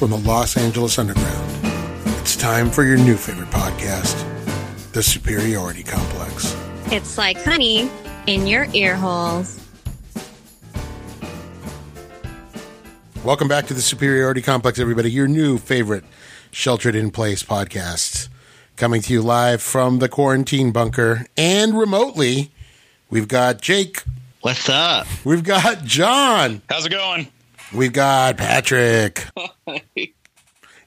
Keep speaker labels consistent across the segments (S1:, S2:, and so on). S1: the Los Angeles Underground. It's time for your new favorite podcast, The Superiority Complex.
S2: It's like honey in your ear holes.
S1: Welcome back to The Superiority Complex, everybody, your new favorite sheltered in place podcast. Coming to you live from the quarantine bunker and remotely, we've got Jake,
S3: What's up?
S1: we've got John,
S4: How's it going?
S1: we've got Patrick.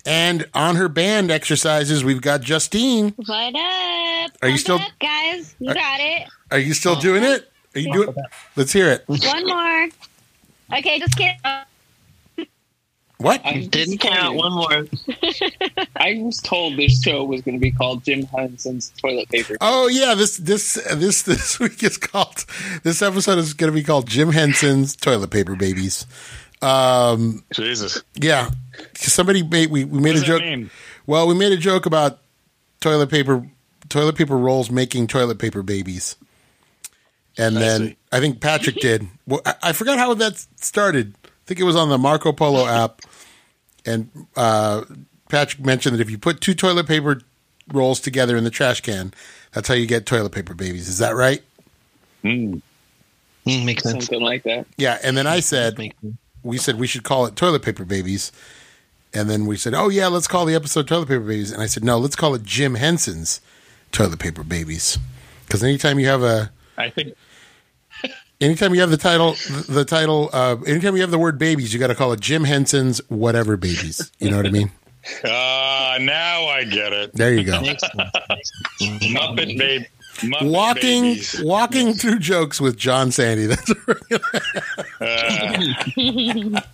S1: And on her band exercises, we've got Justine.
S2: What up?
S1: Are you
S2: Pump
S1: still-
S2: it up, guys? You got it.
S1: Are you still
S4: Oh.
S1: doing it? Are you doing? Let's hear it.
S2: One more. Okay, just kidding.
S1: What?
S5: I'm
S3: Didn't count
S5: disappointed.
S3: one more.
S5: I was told this show was going to be called Jim Henson's Toilet Paper.
S1: Oh yeah, this this this this week is called. This episode is going to be called Jim Henson's Toilet Paper Babies. Um,
S4: Jesus.
S1: yeah, somebody made we, we made
S4: What
S1: a
S4: does
S1: joke.
S4: that mean?
S1: Well, we made a joke about toilet paper toilet paper rolls making toilet paper babies, and
S4: I
S1: then
S4: see.
S1: I think Patrick did. Well, I, I forgot how that started. I think it was on the Marco Polo app, and uh, Patrick mentioned that if you put two toilet paper rolls together in the trash can, that's how you get toilet paper babies. Is that right?
S3: Mm, makes sense.
S5: Something like that.
S1: Yeah. And then I said
S3: Makes sense.
S1: we said we should call it toilet paper babies. And then we said, oh, yeah, let's call the episode Toilet Paper Babies. And I said, no, let's call it Jim Henson's Toilet Paper Babies. Because anytime you have a,
S4: I think
S1: anytime you have the title, the title, uh, anytime you have the word babies, you got to call it Jim Henson's whatever babies. You know what I mean?
S4: uh, now I get it.
S1: There you go.
S3: Makes sense.
S4: Muppet baby. Muppet
S1: Walking,
S4: babies.
S1: walking through jokes with John Sandy. That's right.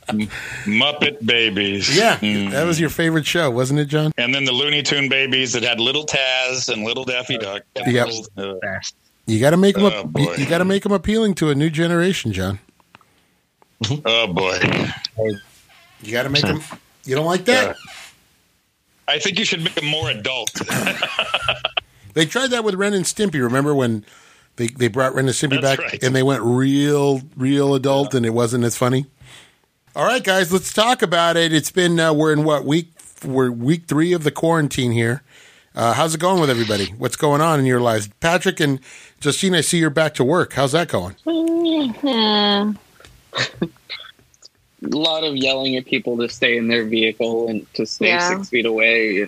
S4: Muppet babies.
S1: yeah,
S4: Mm.
S1: that was your favorite show, wasn't it, John?
S4: And then the Looney Tune babies that had little Taz and little Daffy Duck. and
S1: Yep.
S4: little, uh,
S1: You got to make them,
S4: Oh, boy.
S1: you got to make them appealing to a new generation, John.
S4: oh boy.
S1: You got to make them. You don't like that?
S4: Yeah. I think you should make them more adult.
S1: They tried that with Ren and Stimpy. Remember when they, they brought Ren and Stimpy
S4: That's
S1: back
S4: right.
S1: and they went real real adult and it wasn't as funny. All right, guys, let's talk about it. It's been uh, we're in what week? We're week three of the quarantine here. Uh, how's it going with everybody? What's going on in your lives, Patrick and Justine? I see you're back to work. How's that going?
S2: Uh,
S5: A lot of yelling at people to stay in their vehicle and to stay
S2: Yeah.
S5: six feet away.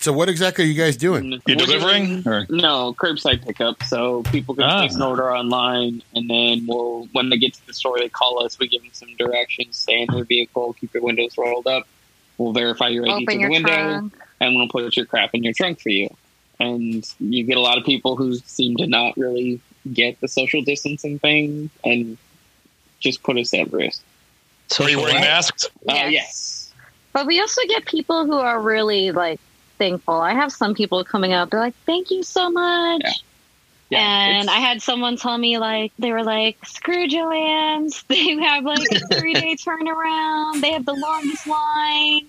S1: So, what exactly are you guys doing?
S4: You
S5: We're
S4: delivering?
S5: doing-
S4: Or-
S5: No, curbside pickup. So people can
S4: Ah.
S5: place an order online, and then we'll when they get to the store, they call us. We give them some directions. Stay in your vehicle. Keep your windows rolled up. We'll verify your ID
S2: open
S5: through the
S2: your
S5: window.
S2: trunk.
S5: and we'll put your crap in your trunk for you. And you get a lot of people who seem to not really get the social distancing thing and just put us at risk.
S3: So
S4: Are you wearing masks?
S5: Uh,
S2: Yes.
S5: yes.
S2: But we also get people who are really like thankful. I have some people coming up. They're like, "Thank you so much."
S5: Yeah.
S2: and
S5: it's-
S2: I had someone tell me like they were like, "Screw Joann's. They have like a three day turnaround. They have the longest line.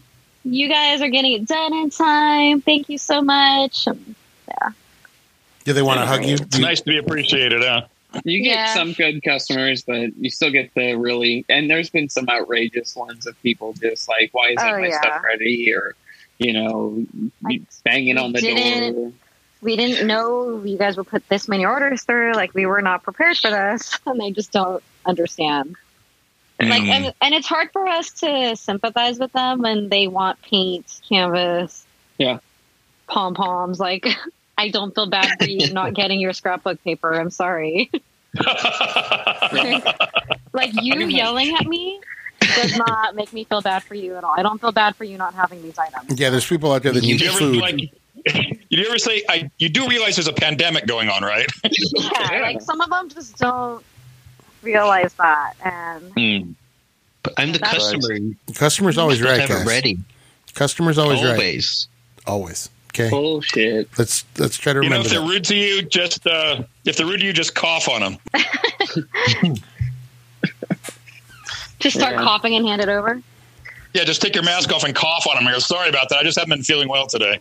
S2: You guys are getting it done in time. Thank you so much."
S1: Do they want to hug you?
S4: It's nice to be appreciated, huh?
S5: you get
S2: Yeah.
S5: some good customers, but you still get the really. And there's been some outrageous ones of people just like, "Why isn't
S2: Oh,
S5: my
S2: yeah.
S5: stuff ready?" or you know,
S2: I-
S5: banging on the
S2: didn't-
S5: door.
S2: We didn't know you guys would put this many orders through. Like we were not prepared for this, and I just don't understand. Like,
S4: Mm.
S2: and, and it's hard for us to sympathize with them when they want paint, canvas,
S5: Yeah.
S2: pom poms. Like, I don't feel bad for you not getting your scrapbook paper. I'm sorry. like you yelling at me does not make me feel bad for you at all. I don't feel bad for you not having these items.
S1: Yeah, there's people out there that
S4: you
S1: need
S4: ever
S1: food.
S4: like? You ever say? I, you do realize there's a pandemic going on, right?
S2: Yeah, like some of them just don't realize that, and
S4: Hmm.
S3: But I'm the
S2: That's-
S3: customer. You
S1: Customers always
S3: have to
S1: right,
S3: have it
S1: guys.
S3: ready.
S1: Customers always, right.
S3: Always.
S1: Always. Okay.
S5: Bullshit.
S1: Let's let's try to
S4: You know,
S1: remember
S4: if they're
S1: that.
S4: rude to you, just uh, if they're rude to you, just cough on them.
S2: just start
S5: Yeah.
S2: coughing and hand it over.
S4: Yeah, just take your mask off and cough on them. I go, sorry about that. I just haven't been feeling well today.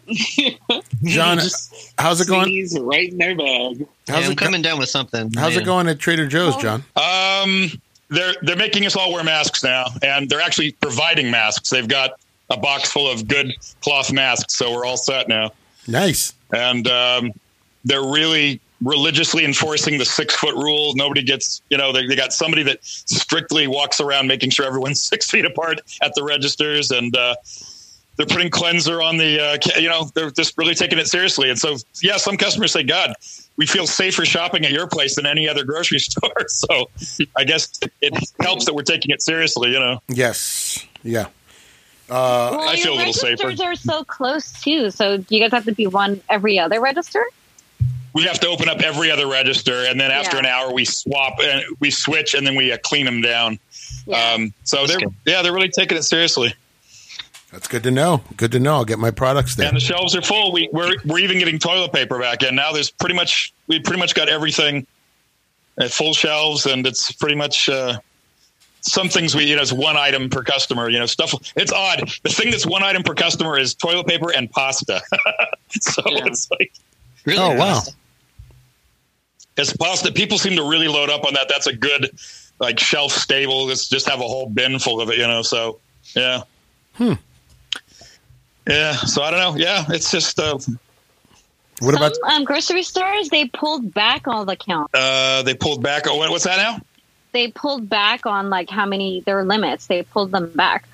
S1: John,
S5: Just
S1: how's it going?
S5: sneeze right in their bag.
S3: Yeah,
S1: How's
S3: I'm
S1: it go-
S3: coming down with something.
S1: How's it
S3: Yeah.
S1: going at Trader Joe's,
S2: Oh.
S1: John?
S4: Um, they're they're making us all wear masks now, and they're actually providing masks. They've got a box full of good cloth masks, so we're all set now.
S1: Nice.
S4: And um, they're really religiously enforcing the six foot rule. Nobody gets, you know, they, they got somebody that strictly walks around making sure everyone's six feet apart at the registers, and uh, they're putting cleanser on the, uh, ca- you know, they're just really taking it seriously. And so, yeah, some customers say, "God." We feel safer shopping at your place than any other grocery store. So I guess it helps that we're taking it seriously, you know.
S1: Yes. Yeah. Uh,
S2: well,
S4: Uh, I
S2: your
S4: feel a little safer.
S2: registers are so close too, so do you guys have to be one every other register?
S4: we have to open up every other register, and then after
S2: Yeah.
S4: an hour, we swap and we switch, and then we uh, clean them down. Um, so they're
S3: good.
S4: yeah, they're really taking it seriously,
S1: That's good to know. Good to know. I'll get my products there.
S4: and the shelves are full. We we're we're even getting toilet paper back in now. There's pretty much we pretty much got everything at full shelves, and it's pretty much. Uh, some things we you know it's one item per customer you know stuff it's odd the thing that's one item per customer is toilet paper and pasta so
S5: Yeah.
S4: it's like
S3: Really
S1: Oh, wow.
S3: fast.
S4: It's possible that people seem to really load up on that. That's a good like shelf stable. Let's just have a whole bin full of it, you know. So yeah. Hmm. Yeah. So I don't know. Yeah, it's just uh,
S1: What about
S2: Some, um, grocery stores? They pulled back all the count.
S4: uh they pulled back. Oh, what- what's that now?
S2: They pulled back on like how many their limits. They pulled them back.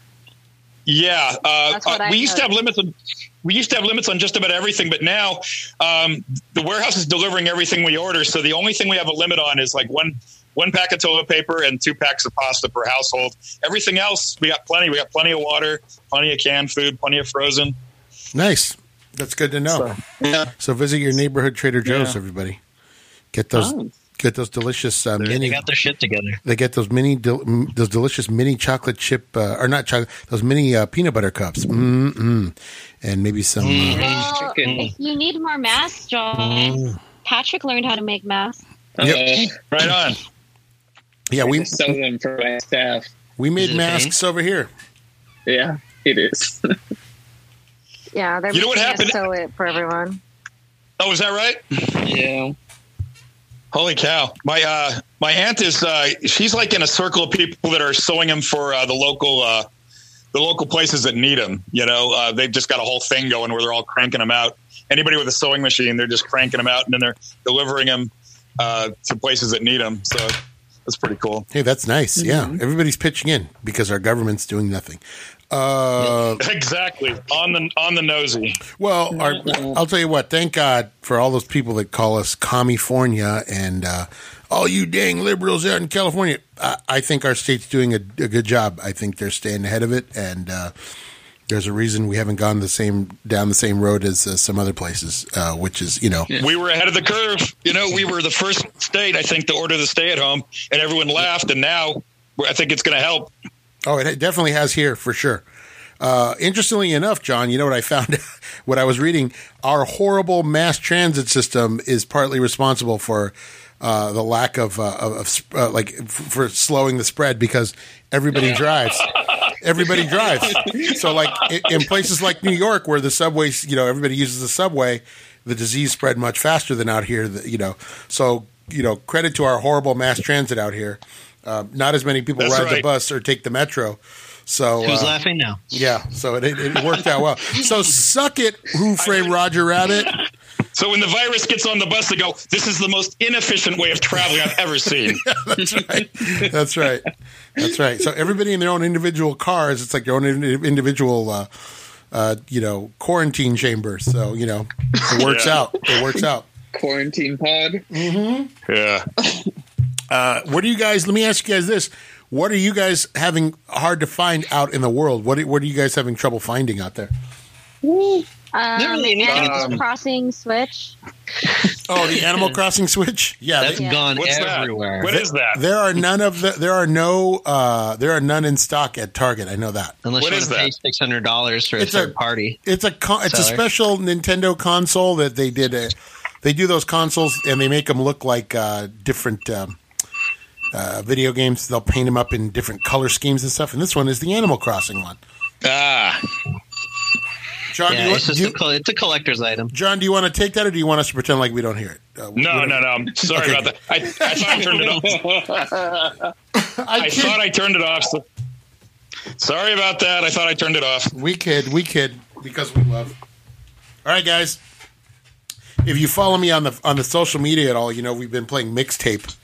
S4: Yeah, uh,
S2: That's what
S4: uh,
S2: I
S4: we used to have
S2: heard.
S4: limits on we used to have limits on just about everything, but now um, the warehouse is delivering everything we order. So the only thing we have a limit on is like one one pack of toilet paper and two packs of pasta per household. Everything else, we got plenty. We got plenty of water, plenty of canned food, plenty of frozen.
S1: nice? That's good to know.
S4: Yeah,
S1: So visit your neighborhood Trader Joe's,
S4: Yeah.
S1: everybody. Get those
S5: Oh.
S1: get those delicious uh,
S3: They
S1: mini.
S3: got their shit together.
S1: They get those mini del- m- those delicious mini chocolate chip uh, or not chocolate those mini uh, peanut butter cups. Mm mm. And maybe some. Uh,
S3: Mm-hmm.
S2: Well,
S3: chicken.
S2: if you need more masks,
S1: Mm-hmm.
S2: John. Patrick learned how to make masks.
S1: Yep.
S5: Uh,
S4: right on.
S1: yeah,
S5: we
S1: we
S5: just sell them for my staff.
S1: we
S3: Is
S1: made
S3: it
S1: masks over here.
S5: Yeah, it is.
S2: Yeah, they're
S4: You know what
S2: making us
S4: happened?
S2: sew it for everyone.
S4: Oh, is that right?
S5: yeah.
S4: Holy cow! My uh, my aunt is uh, she's like in a circle of people that are sewing them for uh, the local uh, the local places that need them. You know, uh, they've just got a whole thing going where they're all cranking them out. Anybody with a sewing machine, they're just cranking them out and then they're delivering them uh, to places that need them. So that's pretty cool.
S1: Hey, that's nice. Yeah, everybody's pitching in because our government's doing nothing. Uh,
S4: Exactly on the on the nosy.
S1: Well, our,
S3: Mm-hmm.
S1: I'll tell you what. Thank God for all those people that call us California and uh, all you dang liberals out in California. I, I think our state's doing a, a good job. I think they're staying ahead of it, and uh, there's a reason we haven't gone the same down the same road as uh, some other places, uh, which is you know
S4: We were ahead of the curve. You know, we were the first state I think to order the stay at home, and everyone laughed. And now I think it's going to help.
S1: Oh, it definitely has here for sure. Uh, interestingly enough, John, you know what I found? what I was reading, our horrible mass transit system is partly responsible for uh, the lack of, uh, of of sp- uh, like f- for slowing the spread because everybody drives. Everybody drives. So, like i- in places like New York, where the subways, you know, everybody uses the subway, the disease spread much faster than out here. that- You know, so you know, credit to our horrible mass transit out here. Uh, not as many people
S4: That's
S1: ride the
S4: right.
S1: bus or take the metro. So
S3: Who's
S1: uh,
S3: laughing now?
S1: yeah, so it, it worked out well. So suck it, Who Framed Roger Rabbit.
S4: So when the virus gets on the bus, they go, "This is the most inefficient way of traveling I've ever seen."
S1: That's right. That's right. That's right. So everybody in their own individual cars. It's like their own in- individual, uh, uh, you know, quarantine chamber. So you know, it works
S4: Yeah.
S1: out. It works out.
S5: Quarantine pod.
S4: yeah.
S1: Uh, what do you guys? Let me ask you guys this: What are you guys having hard to find out in the world? What are- What are you guys having trouble finding out there?
S2: Um,
S3: really any-
S2: Animal
S4: Um,
S2: Crossing Switch.
S1: Oh, the Animal Crossing Switch. Yeah,
S3: That's
S1: they-
S2: Yeah.
S3: gone
S4: What's that?
S3: everywhere.
S4: What is that?
S1: there are none of the. There are no. Uh, there are none in stock at Target. I know that.
S3: Unless
S4: What
S3: you
S4: is
S3: want to pay
S4: that?
S3: six hundred dollars for a
S1: It's a-
S3: third party.
S1: It's a con- it's a
S3: Seller.
S1: special Nintendo console that they did. A, they do those consoles and they make them look like uh, different um, uh, video games. They'll paint them up in different color schemes and stuff. And this one is the Animal Crossing one.
S4: Ah,
S1: John, do
S3: Yeah,
S1: you,
S3: it's
S1: want,
S3: just
S1: do
S3: a
S1: you-
S3: col- it's a collector's item.
S1: John, do you want to take that, or do you want us to pretend like we don't hear it? Uh,
S4: no,
S1: what-
S4: no, no. I'm sorry
S1: Okay.
S4: about that. I, I thought I turned it off.
S1: I,
S4: I
S1: kid-
S4: thought I turned it off. So, Sorry about that. I thought I turned it off.
S1: We kid, we kid because we love. All right, guys. If you follow me on the on the social media at all, you know we've been playing mixtape.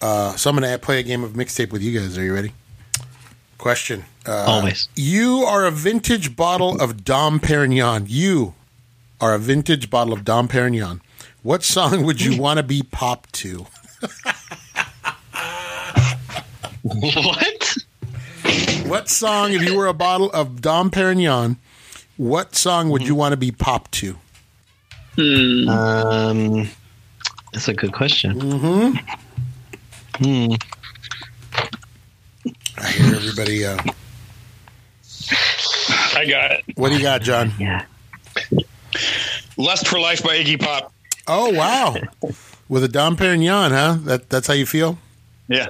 S1: Uh, so I'm going to play a game of mixtape with you guys. Are you ready? Question: uh,
S3: Always.
S1: You are a vintage bottle of Dom Perignon. You are a vintage bottle of Dom Perignon. What song would you want to be popped to?
S3: what?
S1: What song, if you were a bottle of Dom Perignon, what song would you want to be popped to?
S5: Hmm.
S3: Um, that's a good question.
S1: Mm-hmm.
S3: Hmm.
S1: I hear everybody. Uh,
S4: I got it.
S1: what do you got, John?
S3: Yeah.
S4: Lust for Life by Iggy Pop.
S1: Oh wow, with a Dom Perignon, huh? That that's how you feel.
S4: Yeah.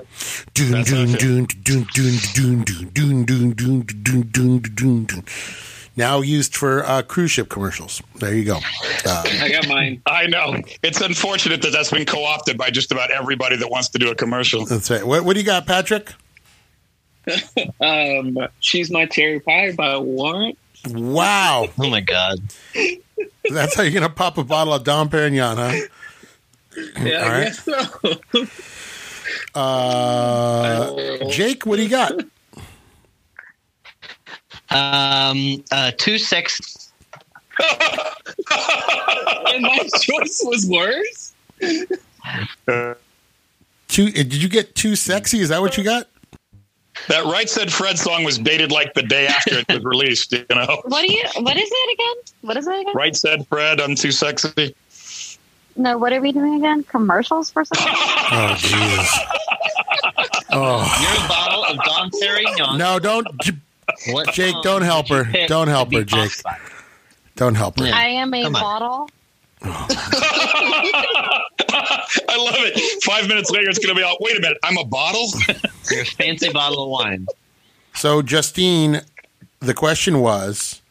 S1: Doon
S4: That's how I
S1: doon
S4: feel.
S1: doon doon doon doon doon doon doon doon doon doon doon doon. Now used for uh, cruise ship commercials. There you go. Uh,
S5: I got mine.
S4: I know. It's unfortunate that that's been co opted by just about everybody that wants to do a commercial.
S1: that's right. What, what do you got, Patrick?
S5: Um, She's My Cherry Pie by Warrant.
S1: Wow,
S3: Oh my god.
S1: that's how you're gonna pop a bottle of Dom Perignon, huh?
S5: Yeah,
S1: All
S5: I
S1: right.
S5: guess so.
S1: Uh, Jake, what do you got?
S3: Um, uh, two sex.
S5: and my choice was worse.
S1: Too, eh, did you get too sexy? Is that what you got?
S4: That Right Said Fred song was dated like the day after it was released, you know?
S2: What do you? What is it again? What is it again?
S4: Right Said Fred, I'm too sexy.
S2: No, what are we doing again? Commercials for something?
S1: Oh Jesus! Oh
S3: You're a bottle of Don Perignon.
S1: no! Don't
S3: What
S1: Jake,
S3: song
S1: don't
S3: would
S1: help
S3: you
S1: her.
S3: pick
S1: Don't
S3: to
S1: help
S3: be
S1: her, Jake.
S3: popped by?
S1: don't help her.
S3: Yeah.
S2: I am a
S3: Come on.
S2: bottle.
S4: I love it. Five minutes later, it's going to be all, wait a minute, I'm a bottle?
S3: You're a fancy bottle of wine.
S1: So, Justine, the question was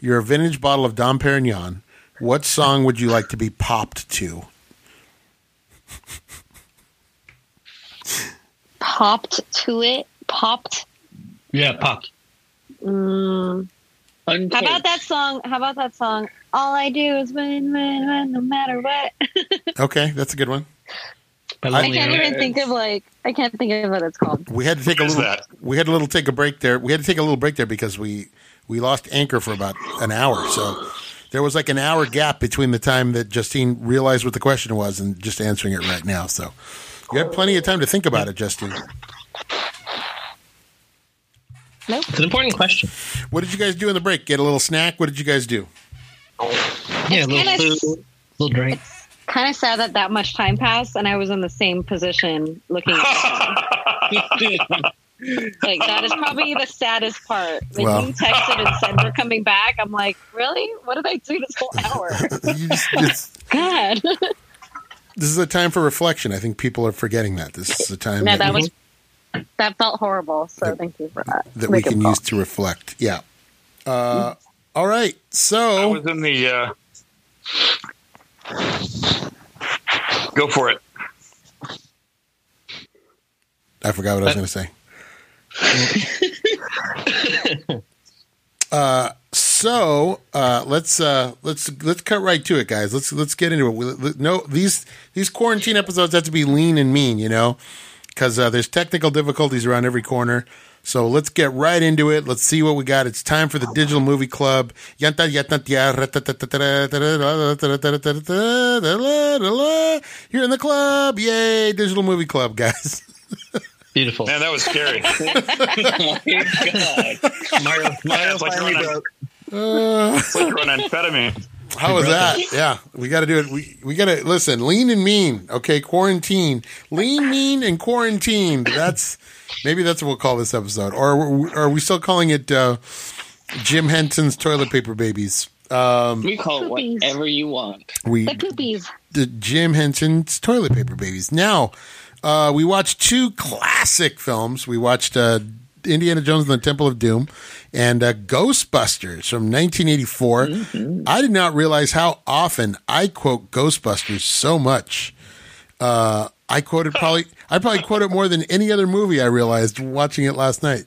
S1: you're a vintage bottle of Dom Perignon. What song would you like to be popped to?
S2: Popped to it. Popped.
S3: Yeah, pop.
S2: Mm. How
S5: Unclear.
S2: about that song? How about that song? All I do is win, win, win, no matter what.
S1: Okay, that's a good one.
S2: I can't even think of like. I can't think of what it's called.
S1: We had to take a
S4: What is
S1: little.
S4: that?
S1: We had a little take a break there. We had to take a little break there because we we lost anchor for about an hour. So there was like an hour gap between the time that Justine realized what the question was and just answering it right now. So you had plenty of time to think about it, Justine.
S2: Nope.
S3: It's an important question.
S1: What did you guys do in the break? Get a little snack. What did you guys do?
S3: Yeah, a
S2: kinda
S3: little
S2: s-
S3: food, little drink.
S2: Kind of sad that that much time passed and I was in the same position looking at the phone. Like that is probably the saddest part. When
S1: Well.
S2: you texted and said we're coming back, I'm like, really? What did I do this whole hour?
S1: You just- it's-
S2: God,
S1: this is a time for reflection. I think people are forgetting that. This is a time
S2: no,
S1: that,
S2: that was that felt horrible. So thank you for that.
S1: that we
S2: Wake up
S1: can
S2: call.
S1: use to reflect. Yeah. Uh, all right.
S4: I
S1: So
S4: was in the. Uh... Go for it.
S1: I forgot what I was going to say. uh, so uh, let's uh, let's let's cut right to it, guys. Let's let's get into it. We- we- No, these these quarantine episodes have to be lean and mean, you know, because uh, there's technical difficulties around every corner. So let's get right into it. Let's see what we got. It's time for the Digital Movie Club. Yanta, yanta, tia, ratatatatara, You're in the club. Yay, Digital Movie Club, guys.
S3: Beautiful.
S4: Man, that was scary.
S5: oh my god.
S3: Mario, Mario
S4: it's like
S3: finally
S4: running.
S3: broke.
S1: Uh,
S4: It's like you're on amphetamine.
S1: How was that? Yeah, we got to do it. We we got to listen. Lean and mean. Okay, quarantine. Lean, mean, and quarantine. That's maybe that's what we'll call this episode. Or are we- are we still calling it uh, Jim Henson's toilet paper babies? Um,
S5: We call it
S2: Poopies.
S5: whatever you want.
S1: we
S2: The poopies.
S1: the Jim Henson's toilet paper babies. Now uh, we watched two classic films. We watched uh, Indiana Jones and the Temple of Doom and uh, Ghostbusters from 1984. I did not realize how often I quote Ghostbusters so much. Uh, I quoted probably I probably quoted more than any other movie I realized watching it last night.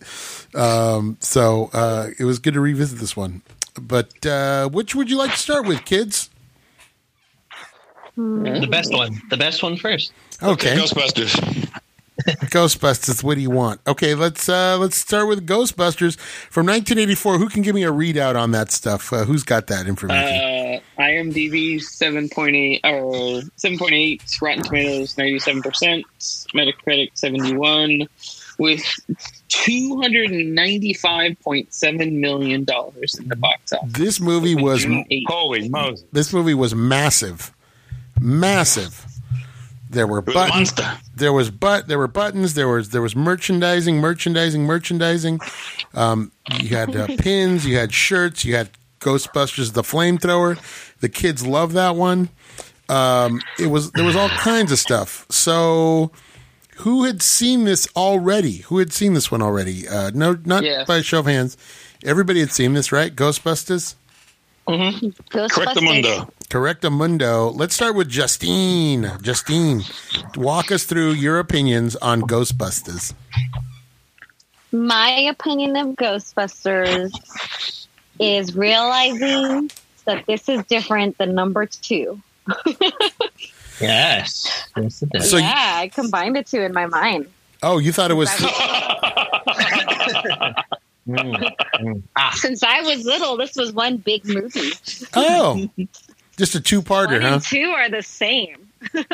S1: Um, so uh, it was good to revisit this one. But uh, which would you like to start with, kids?
S3: The best one. The best one first.
S1: Okay,
S4: Ghostbusters.
S1: Ghostbusters. What do you want? Okay, let's uh, let's start with Ghostbusters from 1984. Who can give me a readout on that stuff? Uh, who's got that information?
S5: Uh, IMDb seven point eight or seven point eight. Rotten Tomatoes ninety seven percent. Metacritic seventy one, with two hundred ninety five point seven million dollars in the box office.
S1: this movie was
S5: June 8th.
S4: Holy Moses.
S1: this movie was massive, massive. There were
S4: It was a
S1: buttons.
S4: monster.
S1: there was but there were buttons there was there was merchandising merchandising merchandising um, you had uh, pins you had shirts you had ghostbusters the flamethrower the kids love that one um, it was there was all kinds of stuff so who had seen this already who had seen this one already uh, no not
S5: Yes.
S1: by a show of hands everybody had seen this right ghostbusters
S4: Correct the mundo.
S1: Correctamundo. Let's start with Justine. Justine, walk us through your opinions on Ghostbusters.
S2: My opinion of Ghostbusters is realizing that this is different than number two.
S3: Yes. Yes, it does.
S1: So you-
S2: yeah, I combined the two in my mind.
S1: Oh, you thought it was.
S3: Mm.
S2: Since I was little, this was one big movie.
S1: Oh, just a two-parter,
S2: One
S1: huh?
S2: and two are the same. the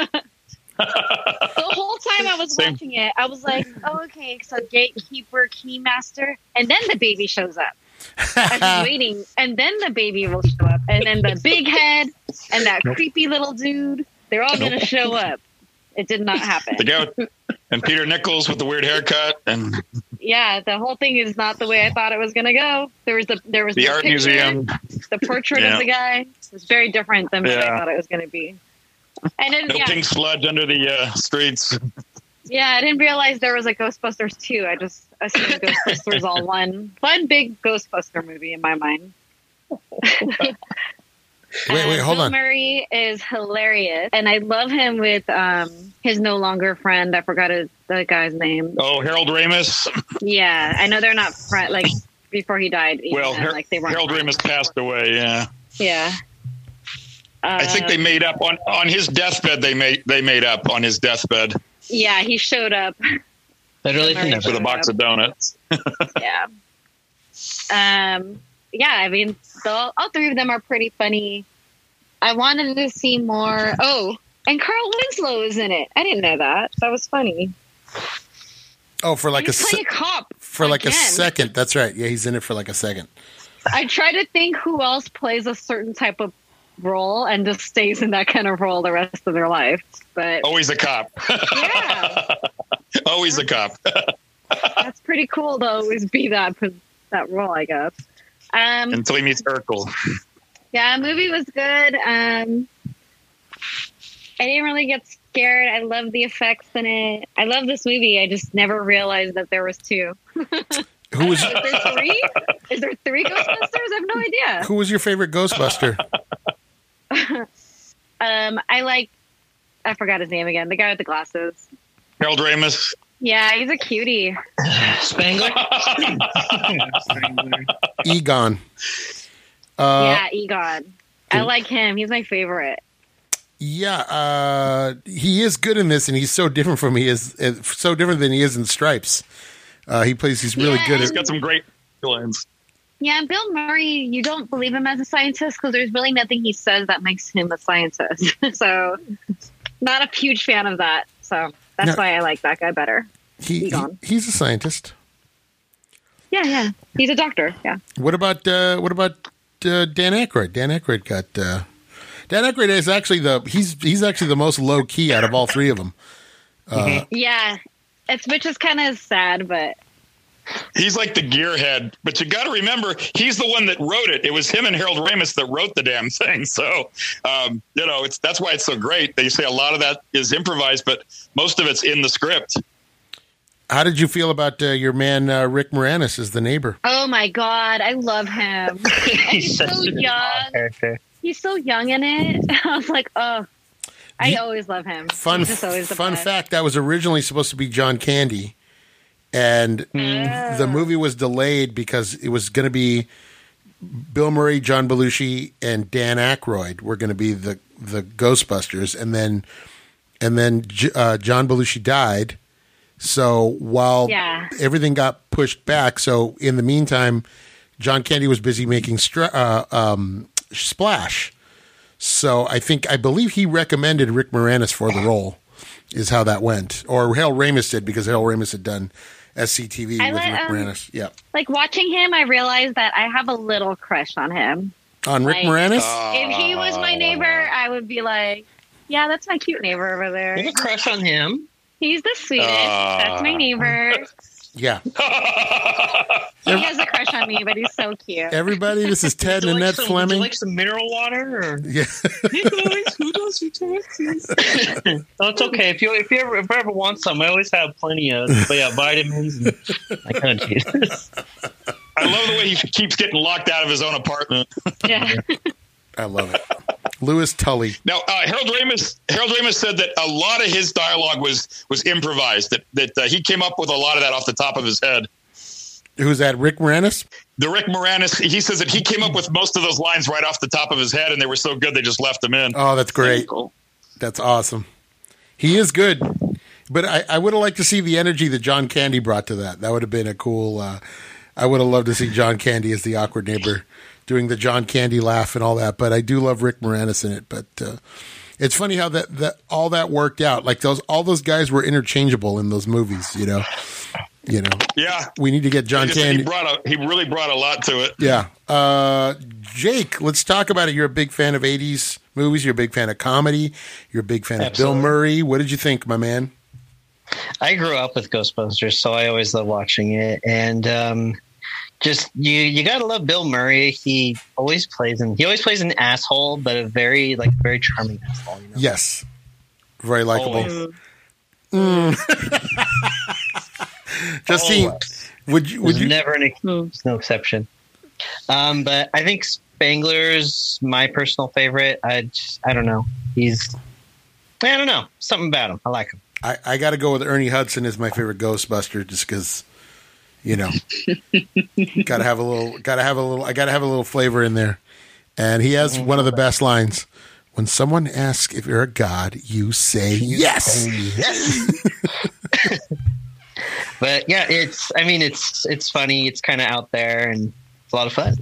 S2: whole time I was
S4: Same.
S2: watching it, I was like, oh, "Okay, so gatekeeper, keymaster, and then the baby shows up." I was waiting, and then the baby will show up, and then the big head and that creepy little dude—they're all going to show up. It did not happen.
S4: The guy with- and Peter Nichols with the weird haircut and
S2: Yeah, the whole thing is not the way I thought it was going to go. There was the there was
S4: the art
S2: picture,
S4: museum.
S2: the portrait
S4: Yeah.
S2: of the guy. It was very different than what
S4: Yeah.
S2: I thought it was going to be. And then
S4: No
S2: yeah,
S4: pink sludge under the uh, streets.
S2: Yeah, I didn't realize there was a Ghostbusters two. I just assumed Ghostbusters was all one one big Ghostbuster movie in my mind.
S1: Wait, wait,
S2: Uh,
S1: hold
S2: Bill
S1: on.
S2: Murray is hilarious, and I love him with um, his no longer friend. I forgot his, the guy's name.
S4: Oh, Harold Ramis.
S2: Yeah, I know they're not friend like before he died. even,
S4: Well, Har-
S2: like they weren't.
S4: Harold
S2: friends.
S4: Ramis passed away. Yeah,
S2: Yeah.
S4: I think
S2: Uh,
S4: they made up on on his deathbed. They made they made up on his deathbed
S2: Yeah, he showed up.
S3: Better late than
S4: with
S3: never.
S4: a box of donuts.
S2: yeah. Um, yeah, I mean, so all three of them are pretty funny. I wanted to see more. Oh, and Carl Winslow is in it. I didn't know that. That was funny.
S1: Oh, for like a
S2: he's
S1: se-
S2: playing a cop.
S1: for like a
S2: again.
S1: second. That's right. Yeah, he's in it for like a second.
S2: I try to think who else plays a certain type of role and just stays in that kind of role the rest of their life.
S1: Oh.
S2: But
S4: Always a cop.
S2: yeah,
S4: Always a cop.
S2: that's pretty cool to always be that that role, I guess. Um,
S4: Until he meets Urkel.
S2: Yeah, movie was good. Um, I didn't really get scared. I love the effects in it. I love this movie. I just never realized that there was two.
S1: Who was
S2: Is there three? Is there three Ghostbusters? I have no idea.
S1: who was your favorite Ghostbuster?
S2: Um, I like. I forgot his name again. The guy with the glasses.
S4: Harold Ramis.
S2: Yeah, he's a cutie.
S3: Spangler?
S1: Egon. Uh,
S2: yeah, Egon. I like him. He's my favorite.
S1: yeah, uh, he is good in this, and he's so different from he is uh, so different than he is in Stripes. Uh, he plays. He's really
S2: Yeah,
S1: good.
S4: He's
S1: At,
S4: got some great lines.
S2: Yeah, and Bill Murray, you don't believe him as a scientist because there's really nothing he says that makes him a scientist. so, not a huge fan of that. So, that's
S1: No.
S2: why I like that guy better.
S1: he, he
S2: Egon.
S1: he's a scientist.
S2: Yeah, yeah. He's a doctor. Yeah.
S1: What about uh, what about uh, Dan Aykroyd? Dan Aykroyd got uh, Dan Aykroyd is actually the he's he's actually the most low key out of all three of them. Uh,
S2: Mm-hmm. Yeah. It's which is kind of sad, but
S4: He's like the gearhead, but you got to remember he's the one that wrote it. It was him and Harold Ramis that wrote the damn thing. So, um, you know, it's that's why it's so great. They say a lot of that is improvised, but most of it's in the script.
S1: How did you feel about uh, your man uh, Rick Moranis as the neighbor?
S2: oh my god, I love him. And he's so
S3: such an odd
S2: young.
S3: character.
S2: He's so young in it. I was like, oh, I I always love him.
S1: Fun
S2: He's just always the
S1: fun
S2: best.
S1: fact that was originally supposed to be John Candy, and
S2: Oh.
S1: the movie was delayed because it was going to be Bill Murray, John Belushi, and Dan Aykroyd were going to be the the Ghostbusters, and then and then J- uh, John Belushi died. So while
S2: Yeah.
S1: everything got pushed back, so in the meantime, John Candy was busy making stra- uh, um, Splash. So I think I believe he recommended Rick Moranis for the role, is how that went, or Hal Ramis did because Hal Ramis had done SCTV
S2: I
S1: with
S2: let,
S1: Rick
S2: um,
S1: Moranis. Yeah,
S2: Like watching him, I realized that I have a little crush on him.
S1: on Rick
S2: like-
S1: Moranis.
S2: if he was my neighbor, I would be like, "Yeah, that's my cute neighbor over
S3: I have a
S2: there.
S3: crush on him.
S2: He's the sweetest. that's my neighbor.
S1: yeah,
S2: He has a crush on me, but he's so cute."
S1: everybody, this is Ted
S3: Would you
S1: and
S3: like
S1: Annette
S3: some- would you
S1: Fleming.
S3: like some mineral water? Or?
S1: yeah,
S5: Hey guys, who does your taxes?
S3: Oh, it's okay. If you if you ever, if I ever want some, I always have plenty of. But yeah, vitamins. And, I kind of Jesus.
S4: I love the way he keeps getting locked out of his own apartment.
S2: Yeah.
S1: I love it. Lewis Tully.
S4: Now, uh, Harold Ramis, Harold Ramis said that a lot of his dialogue was was improvised. That that uh, he came up with a lot of that off the top of his head.
S1: Who's that? Rick Moranis?
S4: The Rick Moranis, he says that he came up with most of those lines right off the top of his head, and they were so good they just left them in.
S1: Oh, that's great.
S5: Cool.
S1: That's awesome. He is good. But I, I would have liked to see the energy that John Candy brought to that. That would have been a cool. Uh, I would have loved to see John Candy as the awkward neighbor doing the John Candy laugh and all that. But I do love Rick Moranis in it. But uh, it's funny how that, that all that worked out. Like those, all those guys were interchangeable in those movies. You know, you know.
S4: Yeah,
S1: We need to get John
S4: He just- he
S1: Candy.
S4: brought a, he really brought a lot to it.
S1: Yeah. Uh, Jake, let's talk about it. You're a big fan of 80s movies. You're a big fan of comedy. You're a big fan of
S3: Absolutely.
S1: Bill Murray. What did you think, my man?
S3: I grew up with Ghostbusters, so I always love watching it. And um, just you you gotta love Bill Murray. He always plays an he always plays an asshole, but a very like very charming asshole. You know?
S1: Yes. Very likable. Mm.
S3: Always.
S1: Justine,
S3: Always.
S1: would you, would
S3: There's
S1: you,
S3: never an there's no exception. Um, but I think Spangler's my personal favorite. I just, I don't know. He's I don't know something about him. I like him.
S1: I, I got to go with Ernie Hudson as my favorite Ghostbuster just because, you know, got to have a little, got to have a little, I got to have a little flavor in there. And he has one of the best lines. When someone asks if you're a god, you say yes.
S3: But yeah, it's I mean it's it's funny. It's kind of out there and it's a lot of fun.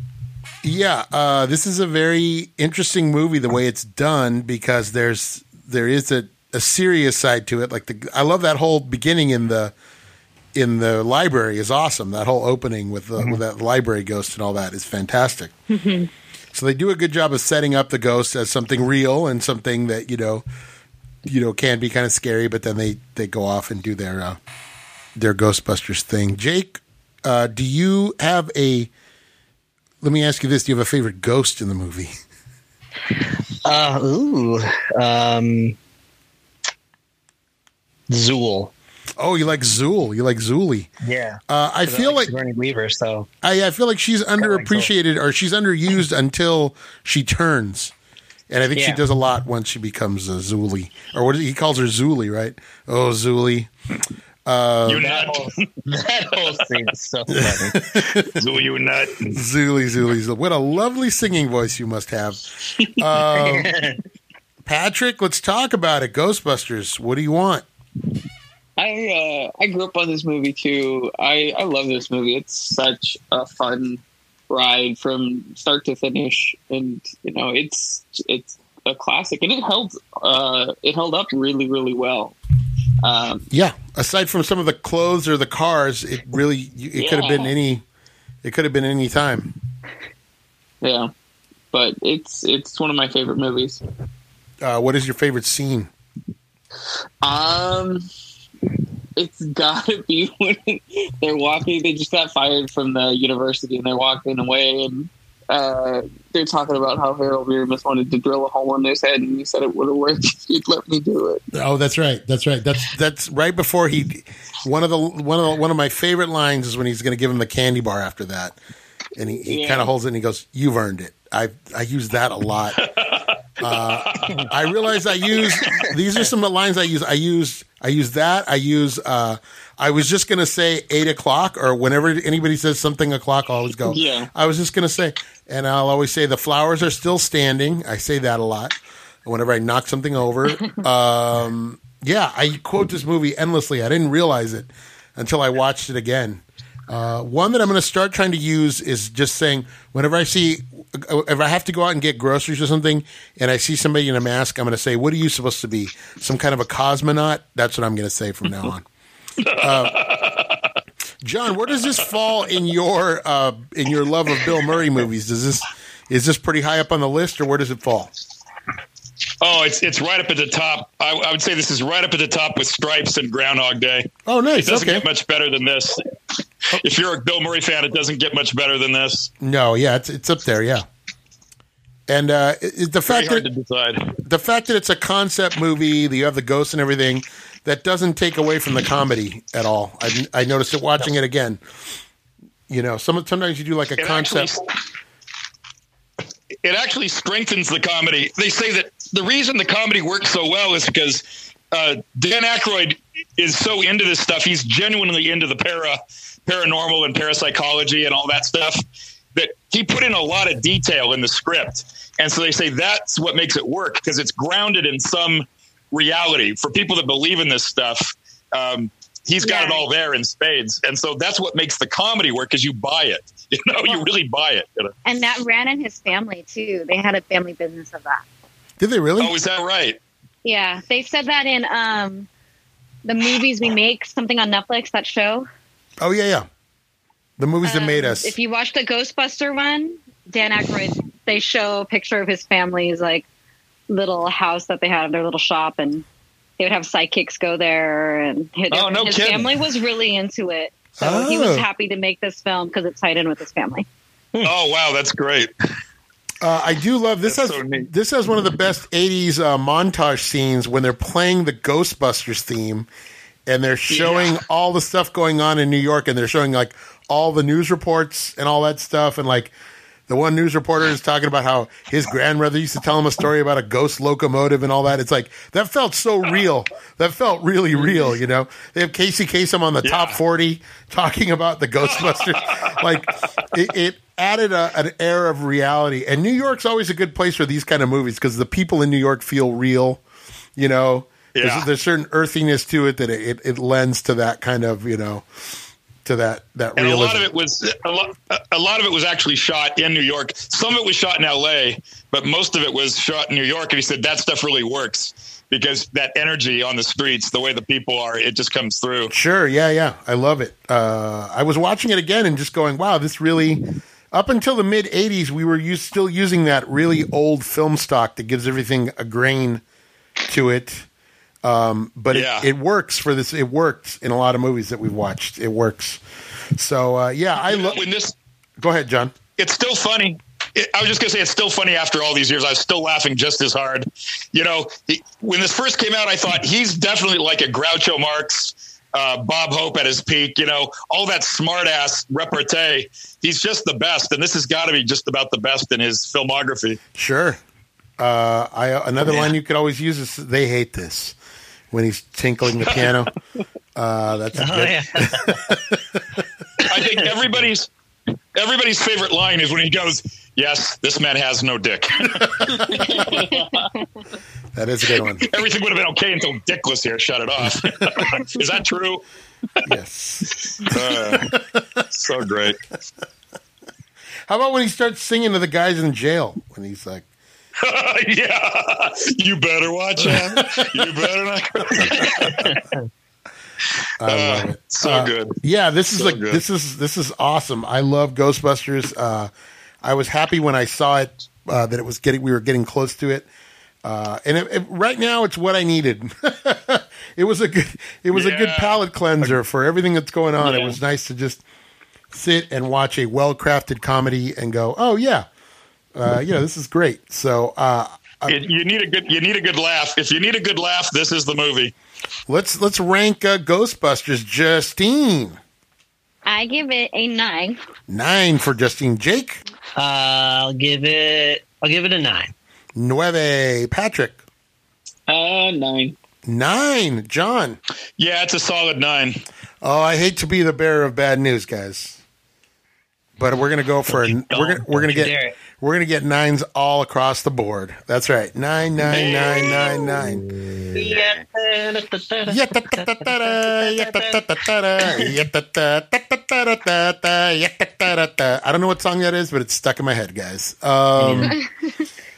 S1: Yeah, uh, this is a very interesting movie the way it's done because there's there is a, a serious side to it. Like the I love that whole beginning in the in the library is awesome. That whole opening with the, with that library ghost and all that is fantastic. so they do a good job of setting up the ghost as something real and something that you know you know can be kind of scary, but then they they go off and do their uh, their Ghostbusters thing. Jake, uh, do you have a let me ask you this: Do you have a favorite ghost in the movie?
S3: Uh, ooh, um, Zool.
S1: Oh, you like Zool? You like Zooly?
S3: Yeah,
S1: Uh, I feel like
S3: Sigourney Weaver. So
S1: I, I feel like she's
S3: like
S1: underappreciated or she's underused until she turns, and I think she
S3: Yeah.
S1: does a lot once she becomes a Zooly or what is, he calls her Zooly, right? Oh, Zooly. Oh, Uh,
S4: you
S3: that
S4: nut,
S3: whole, that whole scene is so funny.
S4: Zool, you nut.
S1: Zooly, Zooly, Zooly. What a lovely singing voice you must have. Um, Patrick, let's talk about it. Ghostbusters, what do you want?
S5: I uh, I grew up on this movie too. I I love this movie. It's such a fun ride from start to finish, and you know it's it's a classic, and it held uh, it held up really really well. Um,
S1: Yeah, aside from some of the clothes or the cars, it really you- it could have been
S5: Yeah.
S1: any it could have been any time.
S5: yeah, but it's it's one of my favorite movies.
S1: Uh, what is your favorite scene?
S5: Um, it's gotta be when they're walking. They just got fired from the university, and they're walking away, and uh, they're talking about how Harold Ramis wanted to drill a hole in his head, and he said it would have worked if he'd let me do it.
S1: Oh, that's right. That's right. That's that's right before he one of the one of the, one of my favorite lines is when he's going to give him the candy bar after that, and he, he
S5: Yeah.
S1: kind of holds it and he goes, "You've earned it." I I use that a lot Uh, I realize I use these are some of the lines I use. I use I use that. I use. Uh, I was just gonna say eight o'clock or whenever anybody says something o'clock, I always go.
S5: Yeah.
S1: I was just gonna say, and I'll always say the flowers are still standing. I say that a lot. Whenever I knock something over, um, yeah, I quote this movie endlessly. I didn't realize it until I watched it again. Uh, one that I'm going to start trying to use is just saying whenever I see, uh, if I have to go out and get groceries or something, and I see somebody in a mask, I'm going to say, "What are you supposed to be? Some kind of a cosmonaut?" That's what I'm going to say from now on. Uh, John, where does this fall in your uh, in your love of Bill Murray movies? Does this is this pretty high up on the list, or where does it fall?
S4: Oh, it's it's right up at the top. I, I would say this is right up at the top with Stripes and Groundhog Day.
S1: Oh,
S4: It
S1: nice.
S4: doesn't
S1: Okay. Oh.
S4: get much better than this. If you're a Bill Murray fan, it doesn't get much better than this.
S1: No, yeah, it's it's up there. Yeah. And uh, it- it- the fact
S4: Very hard
S1: that
S4: to decide.
S1: the fact that it's a concept movie, that you have the ghosts and everything, that doesn't take away from the comedy at all. I, I noticed it watching it again. You know, some, sometimes you do like a
S4: It
S1: concept.
S4: actually- it actually strengthens the comedy. They say that the reason the comedy works so well is because uh, Dan Aykroyd is so into this stuff. He's genuinely into the para paranormal and parapsychology and all that stuff. That he put in a lot of detail in the script, and so they say that's what makes it work because it's grounded in some reality for people that believe in this stuff. Um, he's got it
S2: Yeah.
S4: all there in spades, and so that's what makes the comedy work. Is you buy it, you know, you really buy it. You know?
S2: And that ran in his family too. They had a family business of that.
S1: Did they really?
S4: Oh, is that right?
S2: Yeah, they said that in um, the movies we make, something on Netflix, that show.
S1: Oh yeah, yeah. The movies that
S2: Um,
S1: made us.
S2: If you watch the Ghostbuster one, Dan Aykroyd, they show a picture of his family's like little house that they had, their little shop, and they would have sidekicks go there. And his,
S4: Oh, no
S2: his
S4: kidding.
S2: family was really into it, so he
S1: Oh.
S2: was happy to make this film because it tied in with his family.
S4: Oh, wow, that's great.
S1: Uh, I do love this. Has,
S4: That's so neat.
S1: this has one of the best '80s uh, montage scenes when they're playing the Ghostbusters theme, and they're showing all the stuff going on in New York, and they're showing like all the news reports and all that stuff, and like the one news reporter is talking about how his grandmother used to tell him a story about a ghost locomotive and all that. It's like that felt so real. That felt really real. You know, they have Casey Kasem on the top
S4: Yeah.
S1: forty talking about the Ghostbusters. like it, it added a, an air of reality. And New York's always a good place for these kind of movies because the people in New York feel real. You know,
S4: Yeah.
S1: there's, there's certain earthiness to it that it, it, it lends to that kind of you know to that that
S4: And a
S1: realism.
S4: lot of it was a lot, a lot of it was actually shot in New York. Some of it was shot in L.A., but most of it was shot in New York. And he said that stuff really works because that energy on the streets, the way the people are, it just comes through.
S1: Sure, yeah, yeah. I love it. Uh, I was watching it again and just going, wow, this really. Up until the mid 80s, we were used, still using that really old film stock that gives everything a grain to it. Um, but
S4: Yeah.
S1: it, it works for this. It works in a lot of movies that we've watched. It works. So, uh, yeah, I love.
S4: when this
S1: Go ahead, John.
S4: it's still funny. It, I was just gonna say it's still funny after all these years. I was still laughing just as hard. You know, he, when this first came out, I thought he's definitely like a Groucho Marx, uh, Bob Hope at his peak. You know, all that smart ass repartee. He's just the best, and this has got to be just about the best in his filmography.
S1: Sure. Uh, I another line you could always use is "They hate this" when he's tinkling the piano. uh, that's a
S3: Oh,
S1: good,
S3: yeah.
S4: I think everybody's everybody's favorite line is when he goes, "Yes, this man has no dick."
S1: that is a good one.
S4: Everything would have been okay until Dick was here. Shut it off. is that true?
S1: Yes.
S4: Uh, so great.
S1: How about when he starts singing to the guys in jail? When he's like,
S4: yeah, you better watch out. You better not.
S1: I love
S4: Uh,
S1: it.
S4: so
S1: Uh,
S4: good.
S1: Yeah, this is
S4: So
S1: like
S4: good.
S1: this is this is awesome. I love Ghostbusters. Uh, I was happy when I saw it uh, that it was getting we were getting close to it. Uh, and it, it- right now, it's what I needed. it was a good, it was a good
S4: Yeah.
S1: palate cleanser for everything that's going on. It
S4: Yeah.
S1: was nice to just sit and watch a well crafted comedy and go, oh yeah, uh, yeah, this is great. So uh,
S4: It- you need a good. You need a good laugh. If you need a good laugh, this is the movie.
S1: let's let's rank uh, Ghostbusters. Justine.
S2: I give it a nine.
S1: Nine for Justine Jake.
S3: I'll give it. I'll give it a nine.
S1: Nueve. Patrick.
S5: Uh, nine.
S1: Nine. John.
S4: Yeah, it's a solid nine.
S1: Oh, I hate to be the bearer of bad news, guys. But we're gonna go for a, we're
S3: Don't-
S1: gonna, we're gonna
S3: don't you
S1: get
S3: dare it.
S1: we're gonna get nines all across the board. That's right, nine nine nine nine nine. Yeah, ta, ta, ta, ta, da, yeah, ta, ta, ta, ta, da, yeah, ta, ta, ta, ta, ta, da, ta, ta, yeah, ta, ta, da, ta. I don't know what song that is, but it's stuck in my head, guys. Um,
S3: Mm.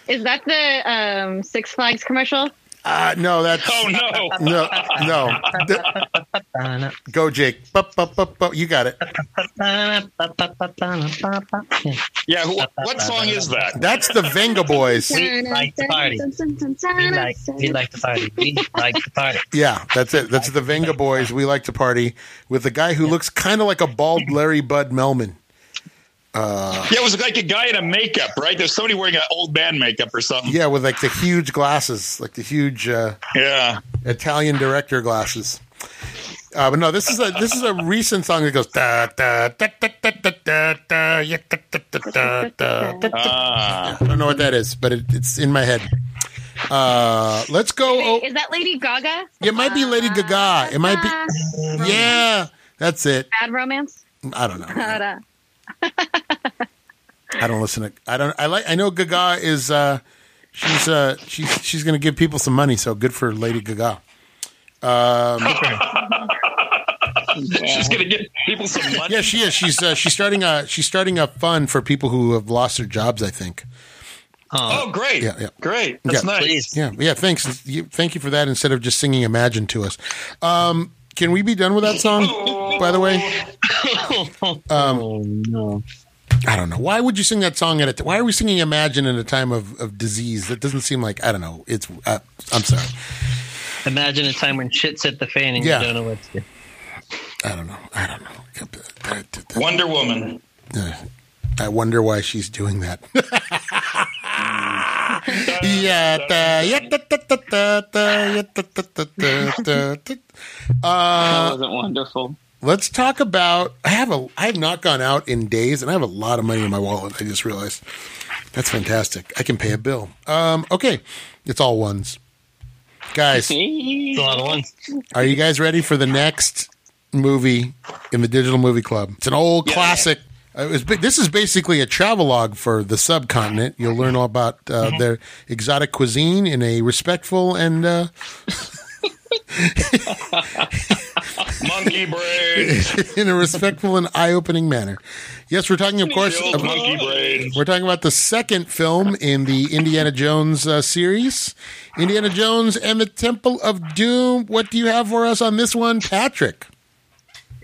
S2: Is that the um, Six Flags commercial?
S1: uh, no, that's
S4: Oh no.
S1: no, no. Go, Jake. Bup, bup, bup, bup. You got it.
S4: Yeah, who, what song is that?
S1: That's the Venga Boys.
S3: We like to party. We like, we like to party. We like to party.
S1: Yeah, that's it. That's the Venga Boys. We like to party with the guy who looks kind of like a bald Larry Bud Melman.
S4: Yeah, it was like a guy in a makeup, right? There's somebody wearing an old man makeup or something.
S1: Yeah, with like the huge glasses, like the huge uh,
S4: Yeah.
S1: Italian director glasses. Uh, but no, this is a this is a recent song that goes da da da da da da da da yeah, da da da da da. da.
S4: Ah.
S1: I don't know what that is, but it, it's in my head. Uh, let's go.
S2: Wait,
S1: Oh,
S2: is that Lady Gaga? Uh,
S1: it might be Lady Gaga. It might be. Yeah, that's it.
S2: Bad Romance.
S1: I don't know.
S2: Ta-da.
S1: I don't listen to. I don't. I like. I know Gaga is. uh She's uh she's she's gonna give people some money. So good for Lady Gaga.
S4: She's gonna get people some money.
S1: Yeah, she is. She's uh, she's starting a she's starting a fund for people who have lost their jobs. I think.
S4: Oh, great.
S1: Yeah, yeah.
S4: Great. That's
S1: Yeah.
S4: nice.
S3: Please.
S1: Yeah, yeah. Thanks. You, thank you for that. Instead of just singing "Imagine" to us, um, can we be done with that song? By the way,
S3: Oh,
S1: Um,
S3: no.
S1: I don't know why would you sing that song at a t- why are we singing "Imagine" in a time of, of disease? That doesn't seem like I don't know. It's uh, I'm sorry.
S3: Imagine a time when shit's hit the fan and
S1: Yeah.
S3: you don't know what to do.
S1: I don't know. I don't know.
S4: Wonder Woman.
S1: I wonder why she's doing that. yeah, da, yeah, da, da, da, da, da, yeah, da, da, da, da, da, da.
S5: That wasn't wonderful.
S1: Let's talk about. I have a. I have not gone out in days, and I have a lot of money in my wallet. I just realized that's fantastic. I can pay a bill. Um, okay, it's all ones, guys.
S3: It's a lot of ones.
S1: Are you guys ready for the next movie in the Digital Movie Club? It's an old classic. It was, ba- this is basically a travelogue for the subcontinent. You'll learn all about uh, their exotic cuisine in a respectful and uh,
S4: Monkey brain.
S1: in a respectful and eye-opening manner. Yes, we're talking, of course,
S4: Killed
S1: of-
S4: monkey brain.
S1: We're talking about the second film in the Indiana Jones uh, series, Indiana Jones and the Temple of Doom. What do you have for us on this one, Patrick?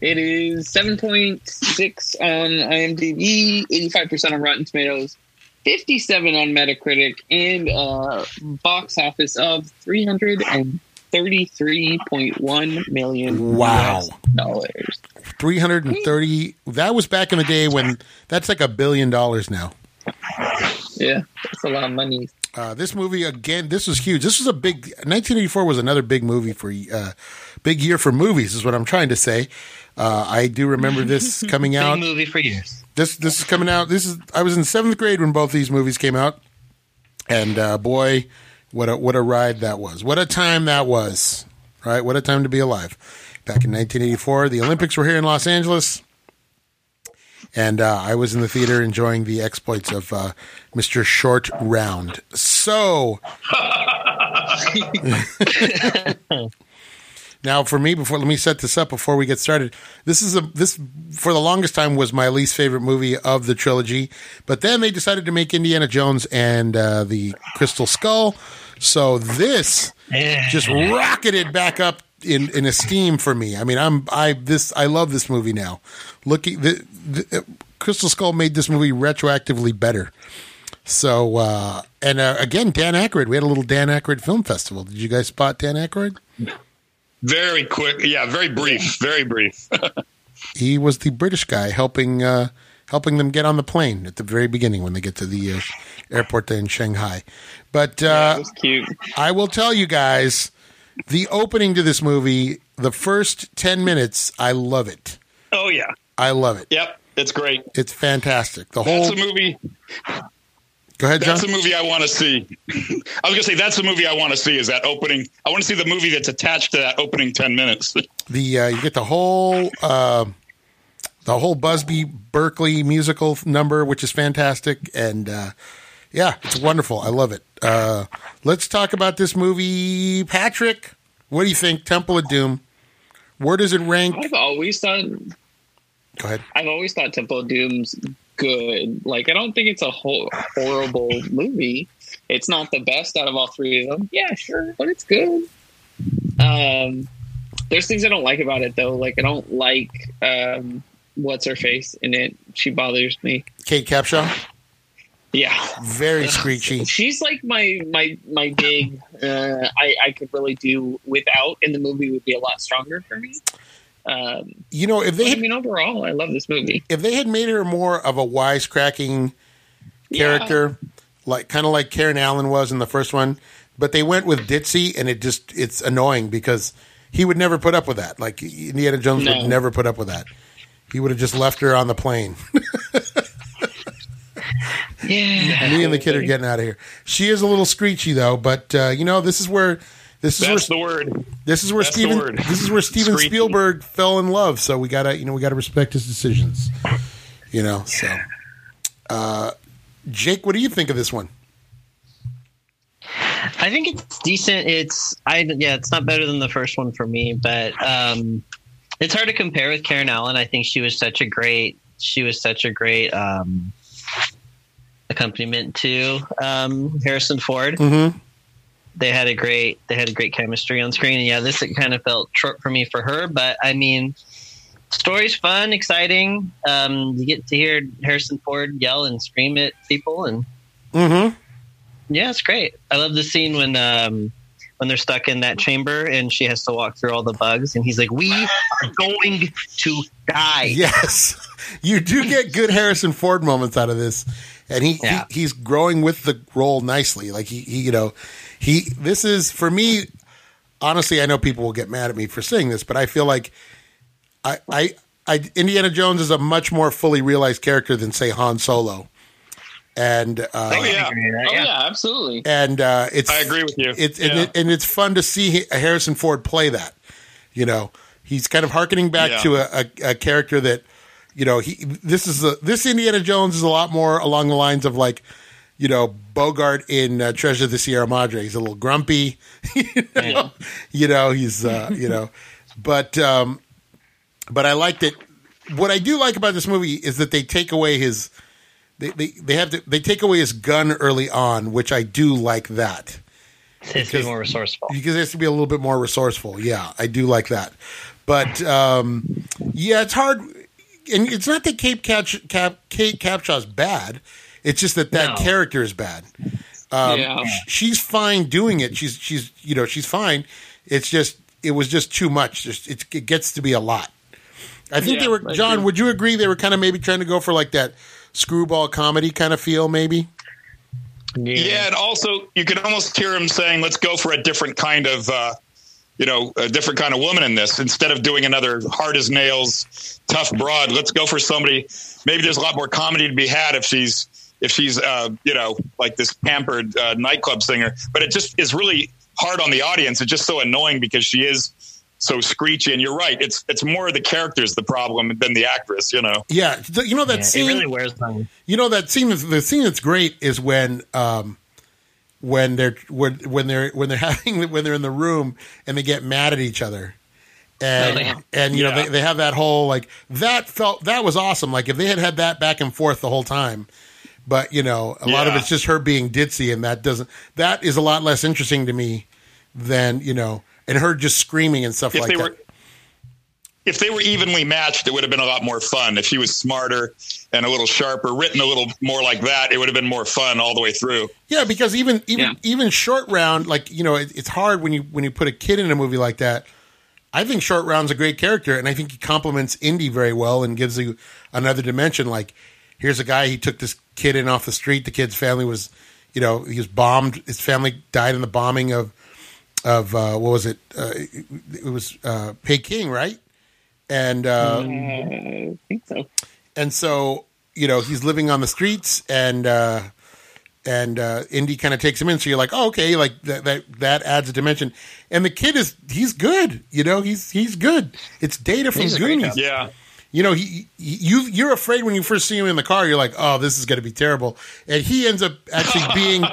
S5: It is 7.6 on IMDb, 85% on Rotten Tomatoes, 57 on Metacritic, and a box office of 333.1 million
S1: Wow.
S5: dollars.
S1: 330 that was back in the day when that's like a billion dollars now
S5: Yeah, that's a lot of money.
S1: uh, this movie again this was huge this was a big 1984 was another big movie for uh, big year for movies is what i'm trying to say uh, i do remember this coming out
S3: Big movie for years.
S1: this this is coming out this is i was in seventh grade when both these movies came out and uh, boy what a what a ride that was what a time that was right what a time to be alive back in 1984 the olympics were here in los angeles and uh, I was in the theater enjoying the exploits of uh, Mr. Short Round. So now, for me, before let me set this up before we get started. This is a this for the longest time was my least favorite movie of the trilogy, but then they decided to make Indiana Jones and uh, the Crystal Skull. So this
S3: Yeah.
S1: just rocketed back up in, in esteem for me. I mean, I'm I this I love this movie now. Looking, the, the, Crystal Skull made this movie retroactively better. So uh, and uh, again, Dan Aykroyd. We had a little Dan Aykroyd film festival. Did you guys spot Dan Aykroyd?
S4: Very quick. Yeah, very brief. Very brief.
S1: He was the British guy helping uh, helping them get on the plane at the very beginning when they get to the uh, airport there in Shanghai. But uh,
S5: That was cute.
S1: I will tell you guys, the opening to this movie, the first 10 minutes, I love it.
S4: Oh yeah.
S1: I love it.
S4: Yep. It's great.
S1: It's fantastic. The
S4: That's
S1: whole
S4: a movie.
S1: Go ahead, John.
S4: That's a movie I want to see. I was gonna say that's the movie I want to see. Is that opening? I want to see the movie that's attached to that opening ten minutes.
S1: the uh, you get the whole uh, the whole Busby Berkeley musical number, which is fantastic, and uh, yeah, it's wonderful. I love it. Uh, let's talk about this movie, Patrick. What do you think, Temple of Doom? Where does it rank?
S5: I've always thought
S1: Go ahead.
S5: I've always thought Temple of Doom's good. Like, I don't think it's a ho- horrible movie. It's not the best out of all three of them. Yeah, sure, but it's good. Um, there's things I don't like about it though. Like, I don't like um, what's her face in it. She bothers me.
S1: Kate Capshaw,
S5: Yeah,
S1: very screechy.
S5: she's like my my my big. Uh, I I could really do without, and the movie would be a lot stronger for me. Um,
S1: You know, if
S5: but
S1: they
S5: I
S1: had,
S5: mean, overall, I love this movie.
S1: if they had made her more of a wisecracking
S5: Yeah.
S1: character, like kind of like Karen Allen was in the first one. But they went with Ditzy, and it just it's annoying because he would never put up with that. Like Indiana Jones
S5: No.
S1: would never put up with that. He would have just left her on the plane.
S3: Yeah.
S1: Me and the kid are getting out of here. She is a little screechy though, but uh, you know this is where this is
S4: That's
S1: where
S4: the word.
S1: this is where
S4: that's the
S1: Steven
S4: word.
S1: this is where Steven
S4: Screechy.
S1: Spielberg fell in love. So we gotta you know we gotta respect his decisions. You know so. Uh, Jake, what do you think of this one?
S3: I think it's decent. It's I yeah, it's not better than the first one for me, but um, it's hard to compare with Karen Allen. I think she was such a great she was such a great um, accompaniment to um, Harrison Ford.
S1: Mm-hmm.
S3: They had a great they had a great chemistry on screen, and yeah, this it kind of felt short for me for her. But I mean, story's fun, exciting. Um, you get to hear Harrison Ford yell and scream at people, and
S1: Mm-hmm.
S3: yeah, it's great. I love the scene when um when they're stuck in that chamber and she has to walk through all the bugs and he's like, "We are going to die."
S1: Yes, you do get good Harrison Ford moments out of this, and he,
S3: Yeah.
S1: he he's growing with the role nicely. Like he, he, you know, he. This is for me. Honestly, I know people will get mad at me for saying this, but I feel like I, I, I Indiana Jones is a much more fully realized character than say Han Solo, and uh,
S4: Oh yeah,
S5: Oh yeah, absolutely.
S1: and uh, it's
S4: I agree with you.
S1: it's and,
S4: Yeah.
S1: it, and it's fun to see Harrison Ford play that. You know, he's kind of harkening back
S4: Yeah.
S1: to a, a, a character that you know he. This is a, this Indiana Jones is a lot more along the lines of like you know Bogart in uh, Treasure of the Sierra Madre. He's a little grumpy. you, know? you know, he's uh, you know, but um, but I liked it. What I do like about this movie is that they take away his. They, they, they have to they take away his gun early on, which I do like that
S3: It's be more resourceful.
S1: because it has to be a little bit more resourceful. Yeah, I do like that. But um, yeah, it's hard, and it's not that Cape Catch, Cap, Kate Capshaw's bad. It's just that that
S3: No.
S1: character is bad. Um,
S5: Yeah.
S1: sh- she's fine doing it. She's she's you know she's fine. It's just it was just too much. Just it, it gets to be a lot. I think
S5: Yeah,
S1: they were
S5: I
S1: John.
S5: agree.
S1: Would you agree they were kind of maybe trying to go for like that screwball comedy kind of feel? Maybe.
S4: yeah, and also you could almost hear him saying, "Let's go for a different kind of." Uh, you know, a different kind of woman in this. Instead of doing another hard as nails, tough broad, let's go for somebody. Maybe there's a lot more comedy to be had if she's if she's uh, you know like this pampered uh, nightclub singer. But it just is really hard on the audience. It's just so annoying because she is so screechy. And you're right, it's it's more of the characters the problem than the actress. You know,
S1: Yeah, th- you know that
S3: Yeah, it
S1: scene.
S3: really wears them.
S1: You know that scene. Is, the scene that's great is when, um, when they're when when they're when they're having when they're in the room and they get mad at each other, and
S3: Oh, yeah.
S1: and you know
S4: Yeah.
S1: they, they have that whole like that felt that was awesome. Like if they had had that back and forth the whole time, but you know a lot of
S4: Yeah.
S1: it's just her being ditzy, and that doesn't that is a lot less interesting to me than you know and her just screaming and stuff
S4: if
S1: like
S4: they
S1: that.
S4: were if they were evenly matched, it would have been a lot more fun. If he was smarter and a little sharper, written a little more like that, it would have been more fun all the way through.
S1: Yeah, because even even
S5: Yeah.
S1: even short round, like you know, it, it's hard when you when you put a kid in a movie like that. I think short round's a great character, and I think he complements Indy very well and gives you another dimension. Like, here's a guy he took this kid in off the street. The kid's family was, you know, he was bombed. His family died in the bombing of of uh, what was it? Uh, it, it was uh, Peking, right? And uh,
S5: Uh, I think so.
S1: and so you know he's living on the streets and uh and uh, Indy kind of takes him in. So you're like, oh, okay, like that, that that adds a dimension. And the kid is he's good, you know, he's he's good. It's data from
S3: He's a great
S1: Goonies.
S3: guy.
S4: Yeah.
S1: You know, he, he you you're afraid when you first see him in the car. You're like, oh, this is going to be terrible. And he ends up actually being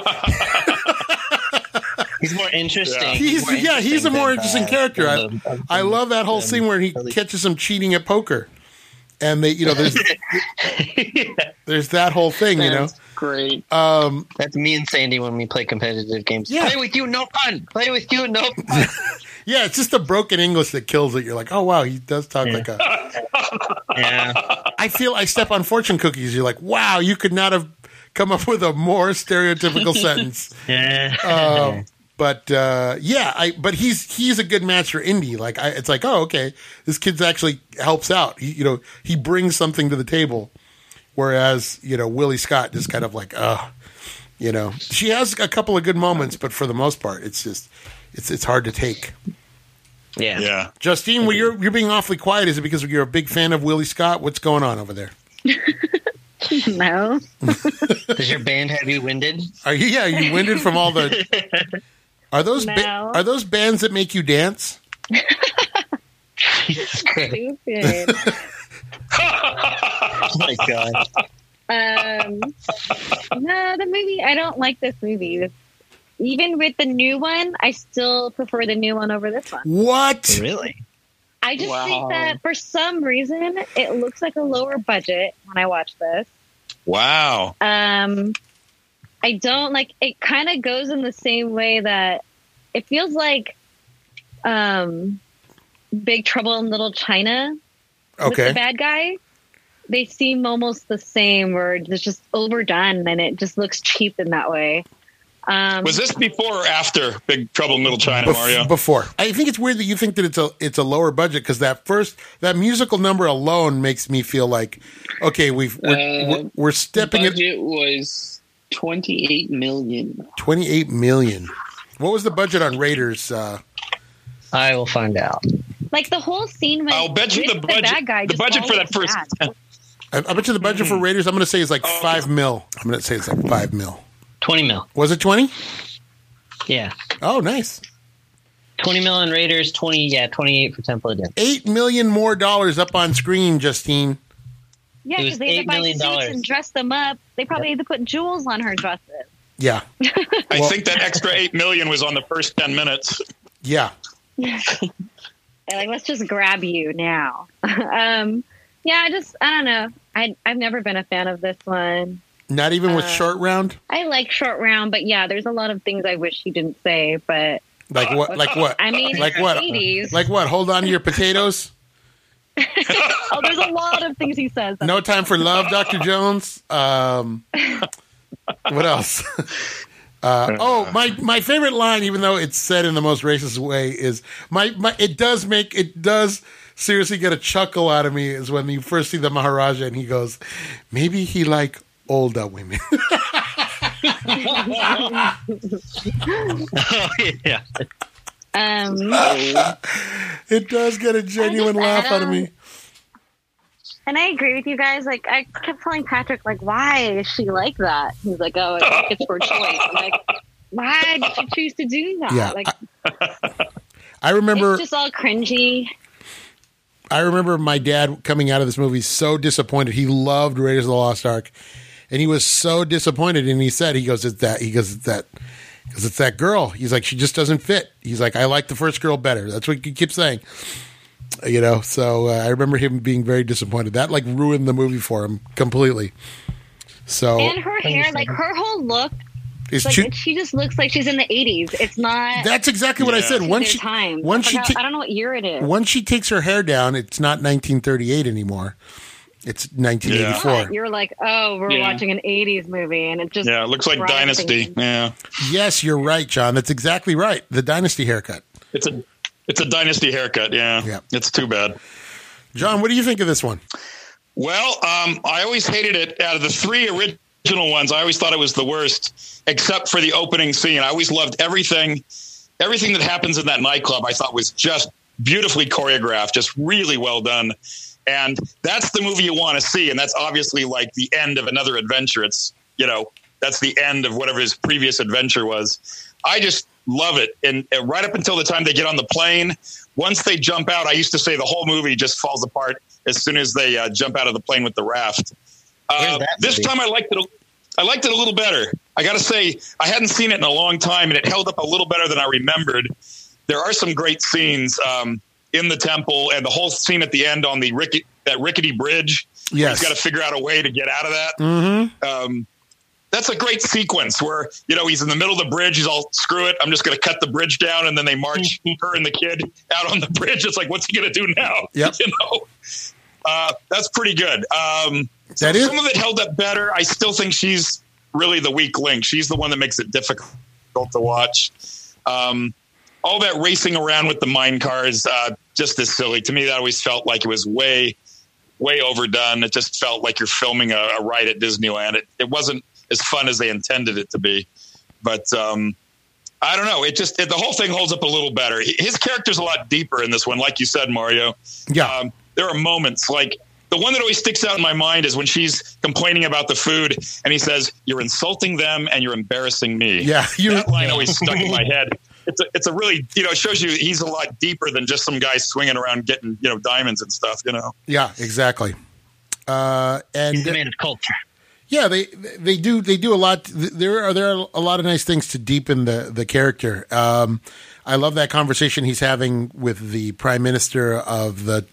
S3: He's more interesting.
S4: Yeah.
S1: He's-
S3: more
S1: yeah, he's a more
S3: than,
S1: interesting
S3: uh,
S1: character.
S3: than the-
S1: I love that whole scene where he
S3: Really-
S1: catches him cheating at poker, and they, you know, there's there's that whole thing, you know.
S5: That's great.
S1: Um,
S3: That's me and Sandy when we play competitive games.
S1: Yeah.
S3: Play with you, no fun. Play with you, no fun.
S1: yeah, it's just the broken English that kills it. You're like, oh wow, he does talk
S3: Yeah.
S1: like a.
S3: yeah.
S1: I feel I step on fortune cookies. You're like, wow, you could not have come up with a more stereotypical sentence.
S3: Yeah.
S1: Um, but uh, yeah, I but he's he's a good match for Indy. Like I, it's like oh okay, this kid's actually helps out. He, you know, he brings something to the table. Whereas you know Willie Scott just kind of like oh, you know, she has a couple of good moments, but for the most part, it's just it's it's hard to take.
S3: yeah.
S4: Yeah.
S1: Justine, well, you're you're being awfully quiet. Is it because you're a big fan of Willie Scott? What's going on over there?
S2: no.
S3: Does your band have you winded?
S1: Are you Uh, yeah? Are you winded from all the? Are those ba-
S2: No.
S1: are those bands that make you dance?
S3: Jesus Christ.
S2: Stupid.
S3: Oh my God.
S2: Um, no, the movie. I don't like this movie. This, even with the new one, I still prefer the new one over this one.
S1: What?
S3: Really?
S2: I just
S5: Wow.
S2: think that for some reason it looks like a lower budget when I watch this.
S4: Wow.
S2: Um, I don't like. It kind of goes in the same way that it feels like, um, Big Trouble in Little China with the
S1: Okay.
S2: bad guy, they seem almost the same, or it's just overdone, and it just looks cheap in that way. Um,
S4: Was this before or after Big Trouble in Little China,
S1: Bef-
S4: Mario?
S1: Before, I think it's weird that you think that it's a it's a lower budget because that first that musical number alone makes me feel like okay we've we're,
S5: Uh,
S1: we're, we're stepping
S5: budget
S1: at
S5: was 28 million.
S1: twenty eight million. What was the budget on Raiders? Uh,
S3: I will find out.
S2: like the whole scene with,
S4: I'll bet you
S2: with
S4: the budget-
S2: bad guy,
S4: the
S2: just
S4: budget for that
S2: always
S4: first-
S2: bad.
S1: I, I bet you the budget for Raiders. I'm going to say is like
S4: Oh.
S1: five mil. I'm going to say it's like five mil.
S3: 20 mil.
S1: Was it twenty?
S3: Yeah.
S1: Oh, nice.
S3: 20 mil on Raiders, 20, yeah, 28 for Temple of Doom.
S1: Eight million more dollars up on screen, Justine.
S2: Yeah,
S3: It
S2: because
S3: was
S2: they had
S3: $8
S2: to buy
S3: million
S2: suits and dress them up. They probably had to put jewels on her dresses.
S1: Yeah,
S4: I
S1: Well-
S4: think that extra eight million was on the first ten minutes.
S1: yeah.
S2: They're like, let's just grab you now. um, yeah, I just I don't know. I I've never been a fan of this one.
S1: Not even with
S2: Uh,
S1: short round.
S2: I like short round, but yeah, there's a lot of things I wish he didn't say. But
S1: Like what? Like what?
S4: Uh,
S2: I mean,
S1: Like
S2: it's
S1: what?
S2: the 80s.
S1: Like what? Hold on to your potatoes.
S2: oh, there's a lot of things he says.
S1: No time for love, Doctor Jones. Um, what else? Uh, oh, my my favorite line, even though it's said in the most racist way, is my, my it does make it does seriously get a chuckle out of me is when you first see the Maharaja and he goes, maybe he like older women.
S3: oh, yeah.
S2: Um,
S1: it does get a genuine
S2: I
S1: laugh out of
S2: don't-
S1: me.
S2: and I agree with you guys. Like, I kept telling Patrick, like, why is she like that? He's like, oh, I think it's for choice. I'm like, why did she choose to do that?
S1: Yeah,
S2: like,
S1: I remember
S2: it's just all cringy.
S1: I remember my dad coming out of this movie so disappointed. He loved Raiders of the Lost Ark, and he was so disappointed. And he said, "He goes, it's that. He goes, it's that." Because it's that girl. He's like, she just doesn't fit. He's like, I like the first girl better. That's what he keeps saying. You know, so uh, I remember him being very disappointed. That like ruined the movie for him completely. So
S2: and her hair, like, her whole look,
S1: it's
S2: like,
S1: too-
S2: it- she just looks like she's in the 80s. It's not.
S1: that's exactly what I
S4: Yeah.
S1: said.
S2: to
S1: Once
S2: their
S1: she,
S2: time.
S1: once
S2: I,
S1: she,
S2: forgot-
S1: ta-
S2: I don't know what year it is.
S1: once she takes her hair down, it's not 1938 anymore. It's 1984.
S2: But You're like, oh, we're
S5: Yeah.
S2: watching an 80s movie, and it just
S4: Yeah, it looks like
S2: brought
S4: Dynasty.
S2: things-
S4: Yeah,
S1: Yes, you're right, John. That's exactly right. The dynasty haircut.
S4: it's a it's a Dynasty haircut. Yeah,
S1: Yeah.
S4: it's too bad.
S1: John, what do you think of this one?
S4: Well, um, I always hated it. Out of the three original ones, I always thought it was the worst, except for the opening scene. I always loved everything. Everything that happens in that nightclub, I thought was just beautifully choreographed, just really well done. And that's the movie you want to see. And that's obviously like the end of another adventure. It's, you know, that's the end of whatever his previous adventure was. I just love it, and, and right up until the time they get on the plane. Once they jump out, I used to say the whole movie just falls apart as soon as they uh, jump out of the plane with the raft. Uh,
S3: Where's that
S4: this
S3: movie?
S4: time, I liked it. A, I liked it a little better. I got to say, I hadn't seen it in a long time, and it held up a little better than I remembered. There are some great scenes um, in the temple, and the whole scene at the end on the rickety, that rickety bridge.
S1: Yes.
S4: He's got to figure out a way to get out of that
S1: Mm-hmm.
S4: um, that's a great sequence where you know he's in the middle of the bridge. He's all screw it. I'm just going to cut the bridge down, and then they march her and the kid out on the bridge. It's like, what's he going to do now?
S1: Yep.
S4: You know, uh, that's pretty good. Um,
S1: That is.
S4: some of it held up better. I still think she's really the weak link. She's the one that makes it difficult to watch. Um, all that racing around with the mine cars uh, just as silly to me. That always felt like it was way, way overdone. It just felt like you're filming a, a ride at Disneyland. It, it wasn't as fun as they intended it to be. But um, I don't know. It just it, the whole thing holds up a little better. He- His character's a lot deeper in this one, like you said, Mario
S1: Yeah.
S4: um, there are moments like the one that always sticks out in my mind is when she's complaining about the food and he says you're insulting them and you're embarrassing me
S1: Yeah. You.
S4: that line always stuck in my head it's a, it's a really you know it shows you he's a lot deeper than just some guy swinging around getting you know diamonds and stuff you know
S1: Yeah. Exactly. Uh, and
S3: He's a man of culture.
S1: yeah, they they do they do a lot. There are there are a lot of nice things to deepen the the character. Um, I love that conversation he's having with the prime minister of the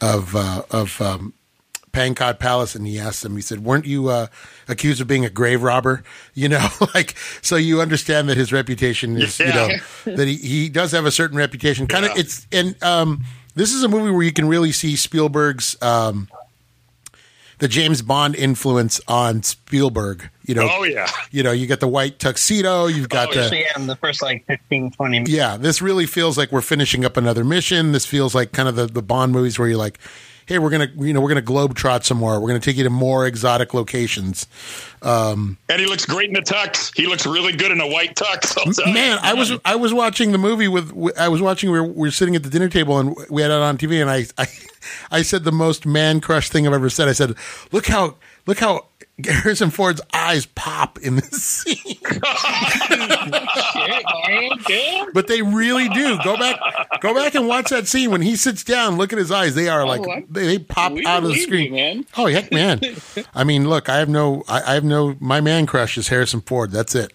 S1: of uh, of um, Pankot Palace, and he asked him. He said, "Weren't you uh, accused of being a grave robber?" You know, like so you understand that his reputation is you
S4: Yeah.
S1: know that he, he does have a certain reputation. Kind of
S4: Yeah.
S1: it's and um, this is a movie where you can really see Spielberg's. Um, the James Bond influence on Spielberg. You know,
S4: oh yeah
S1: you know, you got the white tuxedo, you've got
S4: Oh,
S1: the
S3: So yeah, in the first like 15, 20 minutes.
S1: yeah, this really feels like we're finishing up another mission. This feels like kind of the, the Bond movies where you're like, hey, we're gonna you know we're gonna globetrot some more. We're gonna take you to more exotic locations.
S4: and he looks great in a tux he looks really good in a white tux I'll tell you.
S1: Man, I was I was watching the movie with w- I was watching we were, we were sitting at the dinner table and we had it on TV and I I, I said the most man crush thing I've ever said. I said, look how look how Harrison Ford's eyes pop in this scene.
S5: Shit, Mario, good.
S1: But they really do. Go back, go back and watch that scene when he sits down. Look at his eyes; they are like
S5: what?
S1: they, they pop
S5: We
S1: out of the
S5: Oh, believe
S1: screen.
S5: you, man.
S1: Oh heck, man! I mean, look, I have no, I, I have no. My man crush is Harrison Ford. That's it.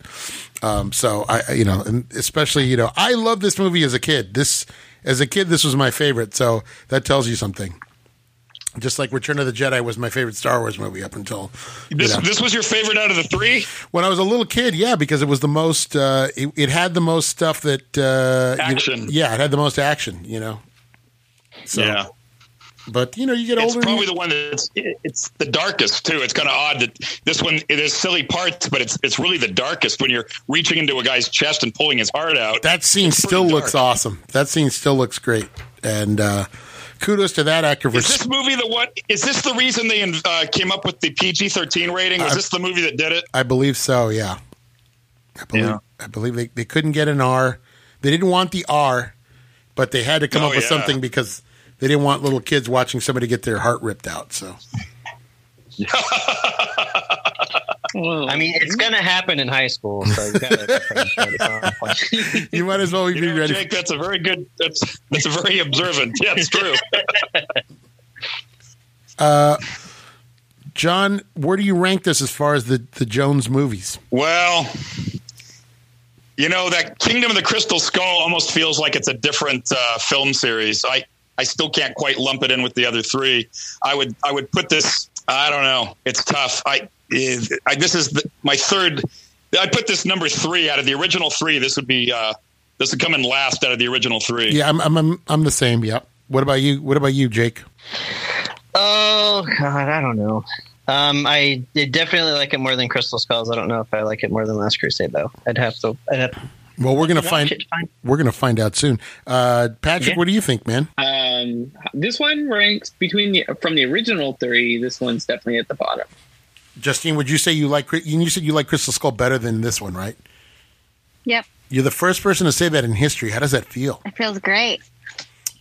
S1: Um, so I, I- you know, and especially you know, I love this movie as a kid. This as a kid, this was my favorite. So that tells you something. Just like Return of the Jedi was my favorite Star Wars movie up until you
S4: this,
S1: know
S4: this was your favorite out of the three
S1: when I was a little kid, yeah, because it was the most. Uh, it, it had the most stuff that uh, you-
S4: Action.
S1: yeah, it had the most action. You know. So,
S4: yeah
S1: But you know, you get
S4: it's
S1: older. and
S4: probably
S1: you-
S4: the one that's it's the darkest too. It's kind of odd that this one it is silly parts, but it's it's really the darkest when you're reaching into a guy's chest and pulling his heart out.
S1: that scene still
S4: dark.
S1: looks awesome. That scene still looks great, and uh, kudos to that actor for.
S4: Is this movie the one? Is this the reason they uh, came up with the PG thirteen rating? Was
S1: I-
S4: this the movie that did it?
S1: I believe so. Yeah. I believe.
S4: Yeah.
S1: I believe they, they couldn't get an R. They didn't want the R, but they had to come
S4: Oh,
S1: up with
S4: yeah.
S1: something because they didn't want little kids watching somebody get their heart ripped out. So.
S5: Whoa. Oh,
S3: I mean, it's gonna happen in high school, so you gotta.
S1: You might as well be
S4: You know,
S1: ready.
S4: Jake, that's a very good. That's that's a very observant. Yeah, it's true.
S1: Uh, John, where do you rank this as far as the, the Jones movies?
S4: Well, you know that Kingdom of the Crystal Skull almost feels like it's a different uh, film series. I I still can't quite lump it in with the other three. I would I would put this. I don't know. It's tough. I, I this is the, my third. I put this number three out of the original three. This would be uh, this would come in last out of the original three.
S1: Yeah, I'm I'm I'm, I'm the same. Yeah. What about you? What about you, Jake?
S3: oh God, I don't know. Um, I did definitely like it more than Crystal Skulls. I don't know if I like it more than Last Crusade though. I'd have to. I'd have to
S1: Well, we're gonna
S3: watch
S1: find
S3: it to find-
S1: we're gonna find out soon. Uh, Patrick,
S3: Yeah.
S1: what do you think, man?
S5: Um, this one ranks between the from the original three. This one's definitely at the bottom.
S1: Justine, would you say you like Cri- you said you like Crystal Skull better than this one, right?
S2: Yep.
S1: You're the first person to say that in history. How does that feel? Uh,
S2: It feels great.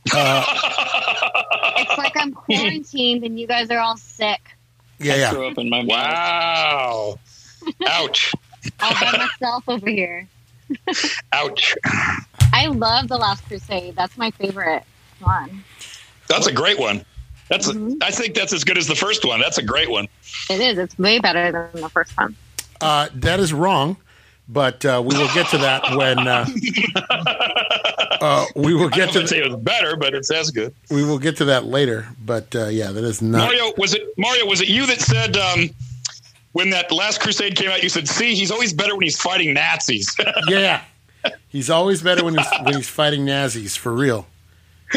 S2: it's like I'm quarantined and you guys are all sick.
S1: Yeah, yeah.
S5: Threw up in my
S4: Wow.
S5: mouth.
S4: Ouch.
S2: all by myself over here.
S4: Ouch.
S2: I love The Last Crusade. That's my favorite one.
S4: That's a great one. That's
S2: Mhm.
S4: I think that's as good as the first one. That's a great one.
S2: It is. It's way better than the first one.
S1: Uh, that is wrong, but uh, we will get to that when uh, uh, we will
S4: I
S1: get to
S4: would say it was better, but it's as good.
S1: we will get to that later. But uh, yeah, that is not.
S4: Mario, was it Mario? Was it you that said um, when that Last Crusade came out? You said, "See, he's always better when he's fighting Nazis."
S1: Yeah, he's always better when he's when he's fighting Nazis for real.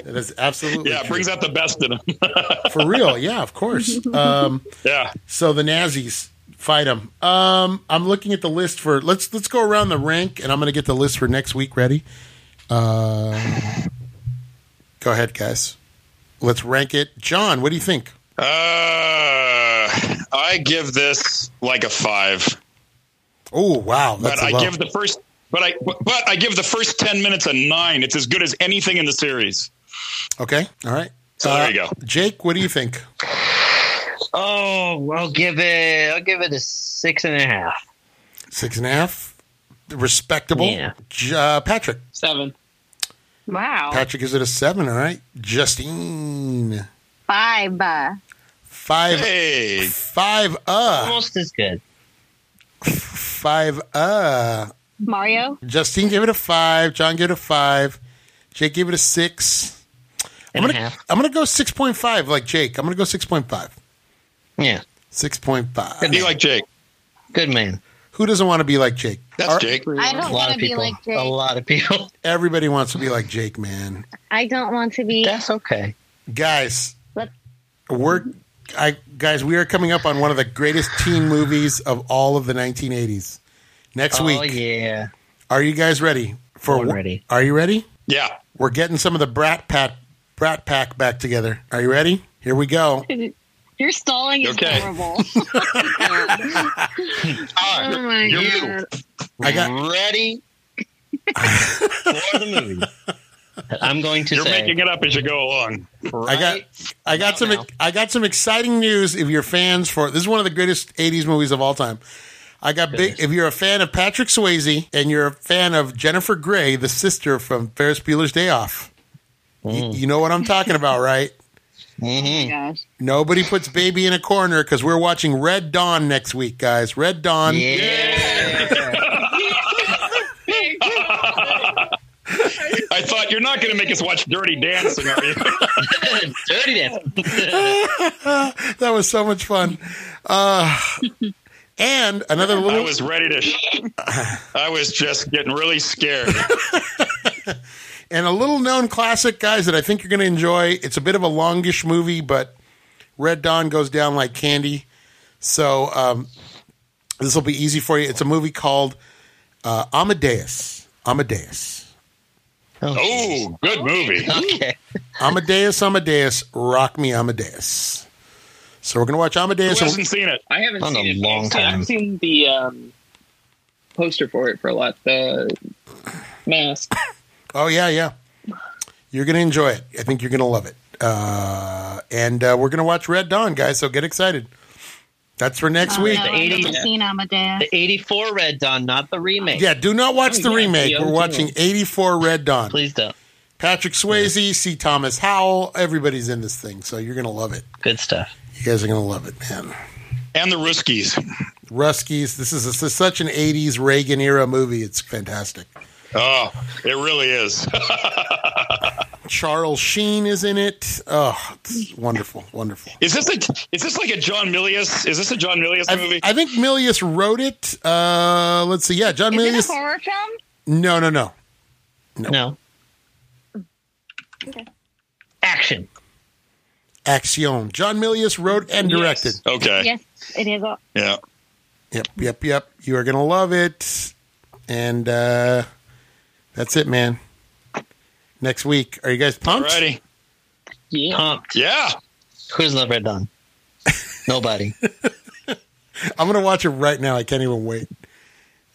S1: That is absolutely
S4: yeah, it
S1: true.
S4: brings out the best in him.
S1: for real. Yeah, of course. Um,
S4: yeah,
S1: so the Nazis fight them. Um, I'm looking at the list for let's let's go around the rank, and I'm going to get the list for next week ready. Uh, go ahead, guys. Let's rank it. John, what do you think?
S4: uh, I give this like a five,
S1: Oh wow,
S4: but
S1: that's
S4: I
S1: a lot.
S4: give the first, but I but, but I give the first ten minutes a nine. It's as good as anything in the series.
S1: okay. All right. Uh,
S4: So there you go.
S1: Jake. What do you think?
S3: Oh, I'll give it. I'll give it a six and a half.
S1: Six and a half. Respectable.
S3: Yeah.
S1: J- Uh, Patrick.
S5: Seven.
S2: Wow.
S1: Patrick is at a seven. All right. Justine.
S2: Five. uh,
S1: Five.
S4: Hey,
S1: Five. Uh.
S3: Almost as good.
S1: Five. Uh.
S2: Mario.
S1: Justine gave it a five. John gave it a five. Jake gave it a six. I'm
S3: And a
S1: gonna,
S3: half.
S1: I'm gonna go six point five, like Jake. I'm gonna go six point five.
S3: Yeah,
S1: Six point five.
S4: do you like Jake?
S3: good man.
S1: Who doesn't want to be like Jake?
S4: That's
S1: Ar-
S4: Jake.
S2: I don't
S3: A lot
S2: want
S3: of
S2: to be
S3: people.
S2: like
S3: A
S2: Jake.
S3: lot of people.
S1: Everybody wants to be like Jake, man.
S2: I don't want to be.
S3: That's okay.
S1: Guys,
S2: What?
S1: we're I guys, we are coming up on one of the greatest teen movies of all of the 1980s. Next
S3: Oh
S1: week,
S3: yeah.
S1: are you guys ready for?
S3: I'm ready.
S1: Are you ready?
S4: Yeah,
S1: We're getting some of the brat pack brat pack back together. Are you ready? Here we go.
S2: Your stalling is
S4: Okay.
S2: horrible.
S4: Ah,
S2: oh my
S4: you're you.
S2: god.
S1: I got.
S3: ready for the movie. that I'm going to
S4: you're
S3: say.
S4: making it up as you go along.
S3: right?
S1: I got I got some
S3: now.
S1: I got some exciting news if you're fans for this is one of the greatest 80s movies of all time. I got big
S3: Goodness.
S1: if you're a fan of Patrick Swayze and you're a fan of Jennifer Grey, the sister from Ferris Bueller's Day Off. Y-
S3: Mm.
S1: You know what I'm talking about, right?
S2: Oh my
S3: Mhm.
S2: gosh.
S1: Nobody puts baby in a corner cuz we're watching Red Dawn next week, guys. Red Dawn.
S3: Yeah.
S4: I thought you're not going to make us watch Dirty Dancing, are you?
S3: Dirty dance.
S1: That was so much fun. Uh and another
S4: I
S1: little
S4: was ready to. I was just getting really scared.
S1: and a little known classic, guys, that I think you're going to enjoy. It's a bit of a longish movie, but Red Dawn goes down like candy. So um, this will be easy for you. It's a movie called uh, Amadeus. Amadeus.
S4: Oh, good movie.
S3: Okay.
S1: Amadeus, Amadeus, rock me, Amadeus. So we're going to watch
S4: Who
S1: Amadeus.
S4: hasn't seen it?
S5: I haven't
S3: Not
S5: seen
S3: a
S5: it.
S3: long
S5: I've seen-
S3: time.
S5: I've seen the um, poster for it for a lot. The mask.
S1: Oh, yeah, yeah. You're going to enjoy it. I think you're going to love it. Uh, and uh, we're going to watch Red Dawn, guys, so get excited. That's for next
S2: Oh,
S1: week.
S2: no,
S3: The
S2: I've
S3: 80s.
S2: never seen Amadeus.
S3: The 84 Red Dawn, not the remake.
S1: Yeah, do not watch
S5: Oh,
S1: the
S5: yeah,
S1: remake.
S5: the
S1: We're
S5: OG.
S1: watching 84 Red Dawn.
S3: Please don't.
S1: Patrick Swayze, C. Thomas Howell, everybody's in this thing, so you're gonna love it.
S3: Good stuff.
S1: You guys are gonna love it, man.
S4: And the Ruskies.
S1: Ruskies, this is, this is such an '80s Reagan era movie. It's fantastic.
S4: Oh, it really is.
S1: Charles Sheen is in it. Oh, it's wonderful, wonderful.
S4: Is this a? Is this like a John Milius? Is this a John Milius
S1: I,
S4: movie?
S1: I think Milius wrote it. Uh, let's see. Yeah, John
S2: Is it a
S1: Milius.
S2: horror film?
S1: No, no, no.
S3: No. Action.
S1: Action. John Milius wrote and
S5: Yes.
S1: directed.
S4: okay.
S2: Yes, it is. A,
S4: Yeah.
S1: Yep, yep, yep. You are gonna love it. And uh, that's it, man. Next week, are you guys pumped?
S4: Alrighty.
S5: Yeah.
S3: Pumped.
S4: Yeah.
S3: Who doesn't love Red Dawn? Nobody.
S1: I'm gonna watch it right now. I can't even wait.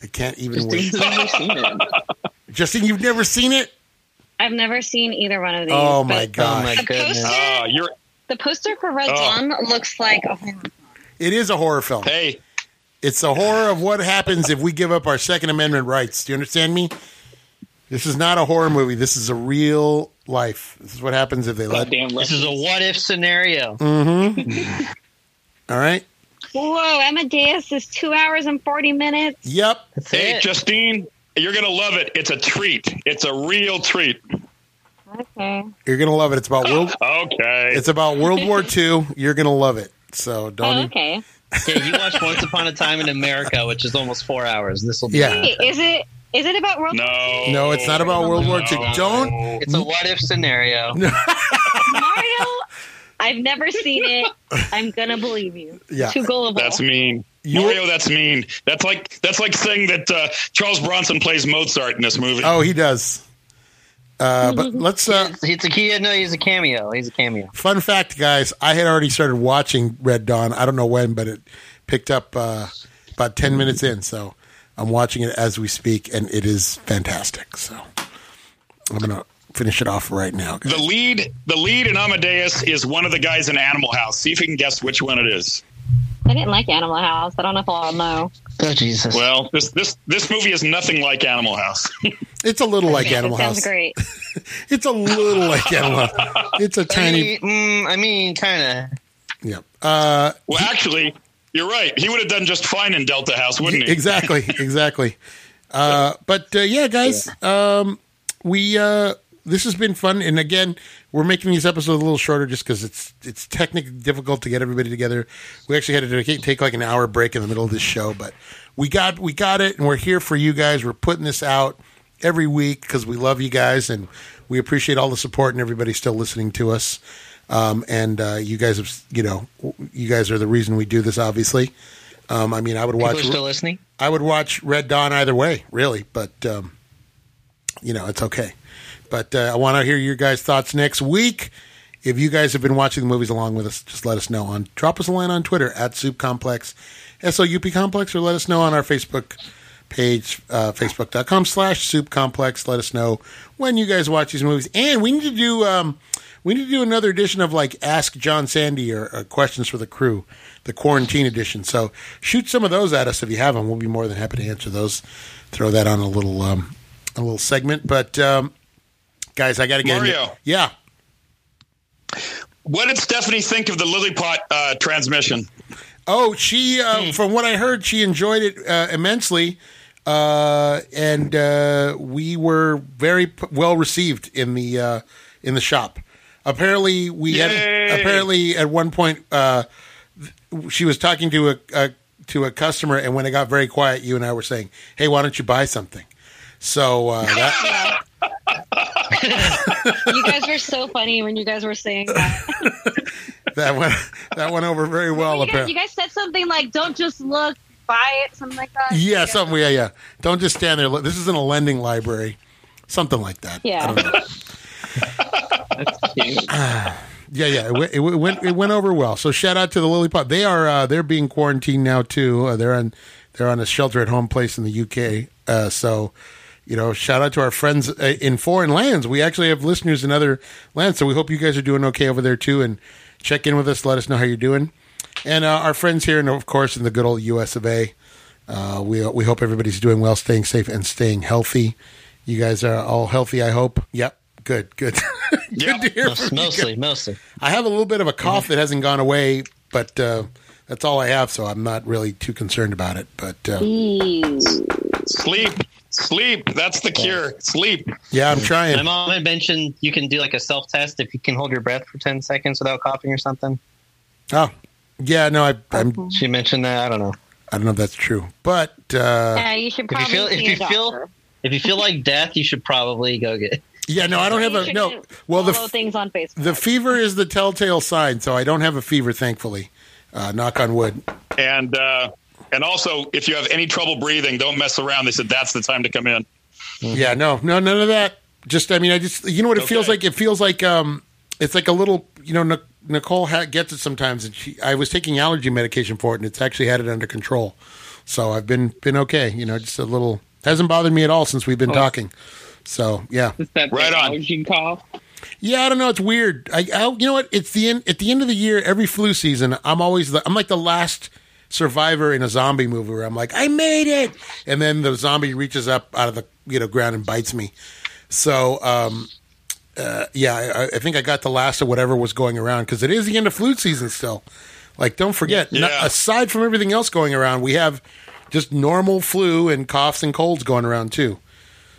S1: I can't even
S5: Just
S1: wait.
S5: didn't- I've never seen it.
S1: Justin, you've never seen it?
S2: I've never seen either one of these.
S1: Oh
S2: but
S1: my
S3: Oh
S1: god!
S3: my
S2: The
S3: goodness.
S2: poster-
S4: Ah, you're.
S2: The poster for Red
S4: Oh.
S2: Dawn looks like. Oh, my God.
S1: It is a horror film.
S4: Hey.
S1: It's the horror of what happens if we give up our Second Amendment rights. Do you understand me? This is not a horror movie. This is a real life. This is what happens if they let. Mm-hmm.
S5: Goddamn
S3: This is a what if scenario.
S1: All right.
S2: Whoa, Amadeus is two hours and 40 minutes.
S1: Yep.
S3: That's
S4: Hey,
S3: it.
S4: Justine, you're going to love it. It's a treat. It's a real treat.
S2: Okay.
S1: You're gonna love it. It's about world.
S4: Okay.
S1: It's about World War II. You're gonna love it. So don't.
S2: Oh,
S1: even-
S2: okay.
S3: yeah, you watched Once Upon a Time in America, which is almost four hours. This will be.
S1: Yeah.
S2: Wait, is it is it about World
S4: no.
S1: No, it's not about World War II.
S4: No.
S1: Don't.
S3: It's a what if scenario.
S2: Mario? I've never seen it. I'm gonna believe you.
S1: Yeah.
S2: Too gullible.
S4: That's mean.
S1: You-
S4: Mario, that's mean. That's like that's like saying that uh, Charles Bronson plays Mozart in this movie.
S1: Oh, he does. Uh, but let's. Uh,
S3: It's a he, no, he's a cameo. He's a cameo.
S1: fun fact, guys. I had already started watching Red Dawn. I don't know when, but it picked up uh, about ten minutes in. So I'm watching it as we speak, and it is fantastic. So I'm gonna finish it off right now. Guys.
S4: The lead, the lead in Amadeus is one of the guys in Animal House. See if you can guess which one it is.
S2: I didn't like Animal House. I don't know if I'll know.
S3: Oh Jesus!
S4: Well, this this this movie is nothing like Animal House.
S1: It's a little like
S2: That
S1: Animal
S2: sounds
S1: House.
S2: great.
S1: It's a little like Animal House. It's a
S3: I
S1: tiny.
S3: mean, mm, I mean kind of.
S1: Yeah. Uh,
S4: well, actually, you're right. He would have done just fine in Delta House, wouldn't he?
S1: exactly exactly uh but uh, yeah guys um we uh this has been fun and again we're making these episodes a little shorter just because it's it's technically difficult to get everybody together we actually had to dedicate- take like an hour break in the middle of this show but we got we got it and we're here for you guys we're putting this out every week because we love you guys and we appreciate all the support and everybody still listening to us um, and uh, you guys have s- you know you guys are the reason we do this obviously um, i mean i would watch
S3: People are still listening.
S1: I would watch Red Dawn either way, really, but um, you know it's okay. But uh, I want to hear your guys' thoughts next week. If you guys have been watching the movies along with us, just let us know on drop us a line on Twitter at Soup Complex, S O U P Complex, or let us know on our Facebook page, uh, facebook.com slash Soup Complex. Let us know when you guys watch these movies, and we need to do um, we need to do another edition of like Ask John Sandy or, or Questions for the Crew, the quarantine edition. So shoot some of those at us if you have them. We'll be more than happy to answer those. Throw that on a little um, a little segment, but. Um, Guys, I got to get in-
S4: Mario.
S1: Yeah,
S4: What did Stephanie think of the Lilypot uh, transmission?
S1: Oh, she, uh, from what I heard, she enjoyed it uh, immensely. Uh, and uh, we were very p- well received in the uh, in the shop. Apparently, we had,
S4: Yay!
S1: apparently at one point uh, th- she was talking to a, a to a customer, and when it got very quiet, you and I were saying, "Hey, why don't you buy something?" So uh, that,
S2: You guys were so funny when you guys were saying that.
S1: that went that went over very well.
S2: you, guys,
S1: apparently,
S2: you guys said something like, don't just look, buy it, something like that.
S1: Yeah,
S2: You guys-
S1: something. Yeah, yeah. Don't just stand there. This isn't a lending library. Something like that.
S2: Yeah.
S1: I don't know. Yeah, yeah. It, went- it went it went over well. So shout out to the Lilypop. They are uh, they're being quarantined now too. Uh, they're on they're on a shelter at home place in the UK. Uh, so you know, shout out to our friends uh, in foreign lands. We actually have listeners in other lands, so we hope you guys are doing okay over there too. And check in with us. Let us know how you're doing. And uh, our friends here, and of course, in the good old U.S. of A. Uh, we we hope everybody's doing well, staying safe, and staying healthy. You guys are all healthy, I hope. Yep. Good. Good. good
S4: Yep.
S1: to hear
S3: Most-
S1: from you guys.
S3: Mostly, mostly.
S1: I have a little bit of a cough that hasn't gone away, but uh, that's all I have, so I'm not really too concerned about it. But uh,
S2: Ew.
S4: Sleep, sleep. That's the cure. Sleep.
S1: yeah, I'm
S3: My
S1: trying.
S3: mom had mentioned you can do like a self test if you can hold your breath for ten seconds without coughing or something.
S1: Oh, yeah, no, I, I'm,
S3: She mentioned that. I don't know.
S1: I don't know if that's true, but uh,
S2: Yeah, you should
S3: If you
S2: probably
S3: feel, if
S2: see
S3: you
S2: a
S3: feel,
S2: doctor.
S3: if you feel like death, you should probably go get.
S1: yeah, no, I don't have
S2: You
S1: a
S2: should
S1: no. Well, the
S2: follow
S1: f-
S2: things on Facebook.
S1: the fever is the telltale sign, so I don't have a fever, thankfully. Uh, knock on wood.
S4: And uh, and also, if you have any trouble breathing, don't mess around. They said that's the time to come in.
S1: Yeah, no, no, none of that. Just, I mean, I just, you know what it feels
S4: Okay.
S1: like? It feels like, um, it's like a little, you know, Nic- Nicole ha- gets it sometimes, and she, I was taking allergy medication for it, and it's actually had it under control. So I've been been okay, you know, just a little hasn't bothered me at all since we've been talking. So yeah,
S5: Is that
S4: Right
S5: the
S4: on.
S5: allergy cough?
S1: yeah, I don't know, it's weird. I, I you know what? It's the end at the end of the year, every flu season, I'm always the I'm like the last Survivor in a zombie movie where I'm like, I made it, and then the zombie reaches up out of the you know ground and bites me. So um, uh, yeah, I, I- I think I got the last of whatever was going around because it is the end of flu season still. Like, don't forget, no-
S4: Yeah.
S1: aside from everything else going around, we have just normal flu and coughs and colds going around too.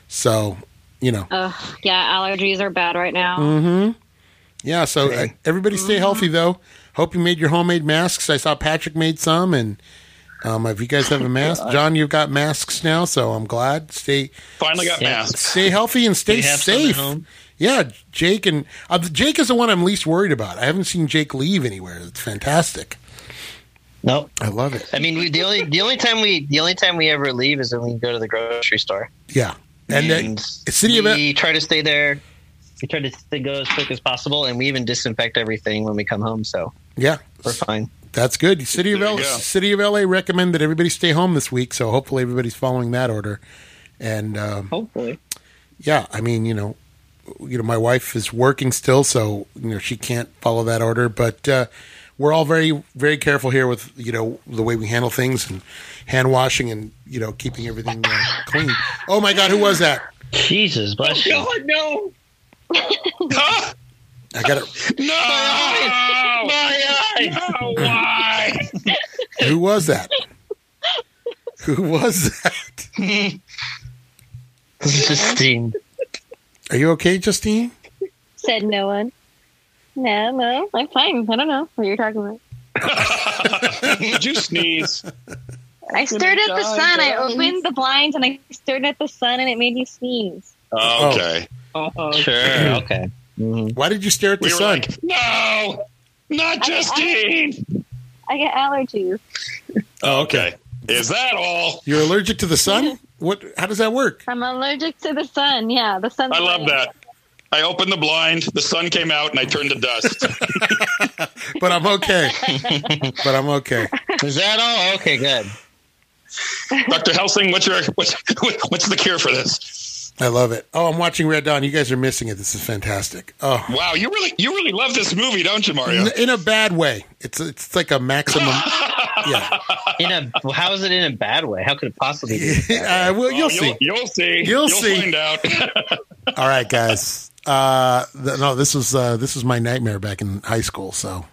S1: So you know,
S2: Ugh, yeah, allergies are bad right now.
S1: Mm. yeah, so uh, everybody
S6: Mm-hmm.
S1: stay healthy though. Hope you made your homemade masks. I saw Patrick made some, and um, if you guys have a mask, John, you've got masks now, so I'm glad. Stay
S4: Finally got
S3: Yeah.
S4: masks.
S1: stay healthy and
S6: Do
S1: stay
S6: you have some at
S1: safe.
S6: home?
S1: Yeah, Jake and uh, Jake is the one I'm least worried about. I haven't seen Jake leave anywhere. It's fantastic.
S3: Nope.
S1: I love it.
S3: I mean, we, the only the only time we the only time we ever leave is when we go to the grocery store.
S1: Yeah, and
S6: Mm.
S1: then City of
S3: we try to stay there. We try to stay, go as quick as possible, and we even disinfect everything when we come home, so
S1: yeah,
S3: we're fine.
S1: that's good. City of
S4: There
S1: L-
S4: you go.
S1: City of LA recommend that everybody stay home this week. So hopefully everybody's following that order. And um,
S3: Hopefully,
S1: yeah, I mean, you know, you know, my wife is working still, so you know she can't follow that order. But uh, we're all very, very careful here with you know the way we handle things and hand washing and you know keeping everything uh, clean. Oh my God, who was that?
S3: Jesus bless you.
S5: God, no.
S4: Huh?
S1: I got it.
S4: No! No, why?
S1: Who was that? Who was that?
S3: This is just steam.
S1: Are you okay, Justine?
S2: Said no one. No, no, I'm fine. I don't know what you're talking about.
S4: Did you sneeze?
S2: I stared at the
S5: God,
S2: sun. I
S5: darling.
S2: opened the blinds and I stared at the sun, and it made me sneeze.
S4: Oh, okay.
S5: Oh,
S3: Sure. Okay. Mhm.
S1: Why did you stare at the
S4: We were
S1: sun?
S4: like, no,
S2: I-
S4: not Justine.
S2: I get allergies.
S4: Oh, okay. Is that all?
S1: You're allergic to the sun? What? How does that work?
S2: I'm allergic to the sun. Yeah, the sun.
S4: I love that. I opened the blind, the sun came out, and I turned to dust.
S1: But I'm okay. but I'm okay.
S3: Is that all? Okay, good.
S4: Dr. Helsing, what's your what's, what's the cure for this?
S1: I love it. Oh, I'm watching Red Dawn. You guys are missing it. This is fantastic. Oh.
S4: Wow, you really you really love this movie, don't you, Mario?
S1: N- in a bad way. It's it's like a maximum. yeah.
S3: In a how is it in a bad way? How could it possibly be?
S1: Uh, well,
S4: Oh,
S1: you'll see.
S4: You'll, see.
S1: You'll see.
S4: find out.
S1: All right, guys. Uh, th- no, this was uh, this was my nightmare back in high school. So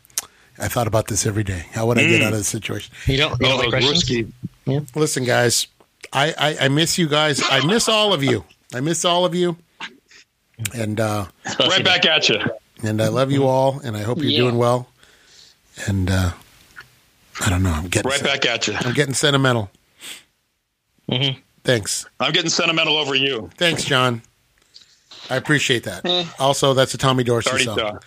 S1: I thought about this every day. How would I get out of this situation?
S3: You don't, you don't like Russians?
S1: Listen, guys, I, I I miss you guys. I miss all of you. I miss all of you. And uh,
S4: right back at you.
S1: and I love you all. And I hope you're
S5: Yeah.
S1: doing well. And uh, I don't know. I'm getting
S4: Right back at you.
S1: I'm getting sentimental.
S3: Mhm.
S1: Thanks.
S4: I'm getting sentimental over you.
S1: Thanks, John. I appreciate that.
S5: Eh.
S1: Also, that's a Tommy Dorsey
S4: Sorry,
S1: song.
S4: Doc.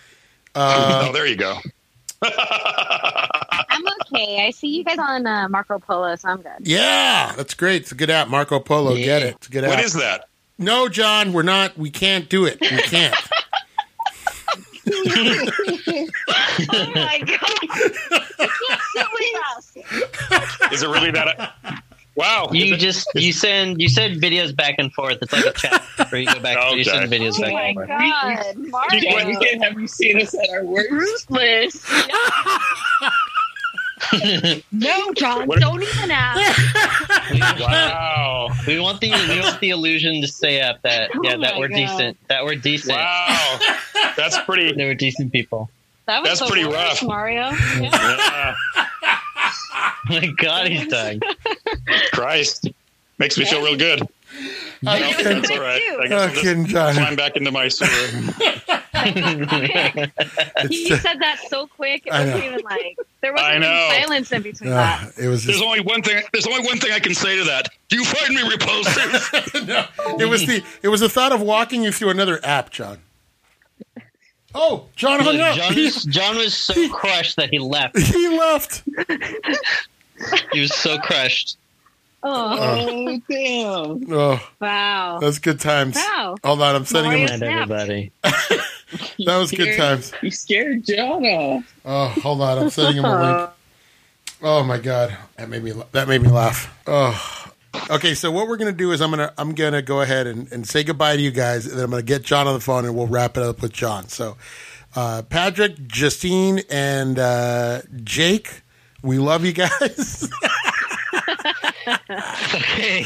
S1: Uh,
S4: oh, there you go.
S2: I'm okay. I see you guys on uh, Marco Polo, so I'm good.
S1: yeah, that's great. It's a good app. Marco Polo, get
S3: Yeah.
S1: it. It's a good
S4: What
S1: app.
S4: is that?
S1: no, John, we're not. We can't do it. We can't.
S2: oh my god! You can't sit with us.
S4: Is it really that? Wow.
S3: You just you send you send videos back and forth. It's like a chat where you go back and you
S4: Okay.
S3: send videos
S2: Oh
S3: back
S2: my
S3: and forth.
S2: god,
S5: God,
S2: Mario!
S5: Ken, have you seen us at our work?
S2: Ruthless. No, John,
S4: What-
S2: don't even ask.
S4: wow.
S3: We want the we want the illusion to stay up that
S2: Oh
S3: yeah that
S2: my
S3: we're
S2: God.
S3: decent that we're decent
S4: Wow. That's pretty.
S3: they were decent people.
S2: That was
S4: That's
S2: the
S4: pretty
S2: worst,
S4: rough.
S2: Mario.
S4: Yeah.
S3: my God, he's dying.
S4: Christ. Makes me feel real good.
S1: I
S4: No,
S1: can't.
S4: that's all right. I guess I'll just
S1: Fucking John.
S4: climb back into my sewer.
S1: Oh, It's
S2: He
S1: just-
S2: said that so quick. It
S1: I
S2: wasn't
S1: know.
S2: even like there wasn't
S4: I
S2: even
S4: know.
S2: silence in between
S1: uh,
S2: that.
S1: it was
S4: There's
S1: just,
S4: only one thing. There's only one thing I can say to that. Do you find me repulsive?
S1: no, it was the it was the thought of walking you through another app, John. Oh, John hung up.
S3: John
S1: He,
S3: was, John was so crushed that he left.
S1: he left.
S3: He was so crushed.
S2: Oh
S5: Oh, damn.
S1: Oh,
S2: wow!
S1: Uh, that's good times.
S2: Wow.
S1: Hold on, I'm sending him.
S2: Mario
S3: And
S2: snapped.
S3: everybody.
S1: That was good
S5: Scared-
S1: times.
S5: You scared John off.
S1: Oh, hold on, I'm sending him a link. Oh my god, that made me la- that made me laugh. Oh, okay. So what we're gonna do is I'm gonna I'm gonna go ahead and, and say goodbye to you guys, and then I'm gonna get John on the phone, and we'll wrap it up with John. So, uh, Patrick, Justine, and uh, Jake We love you guys.
S3: Okay.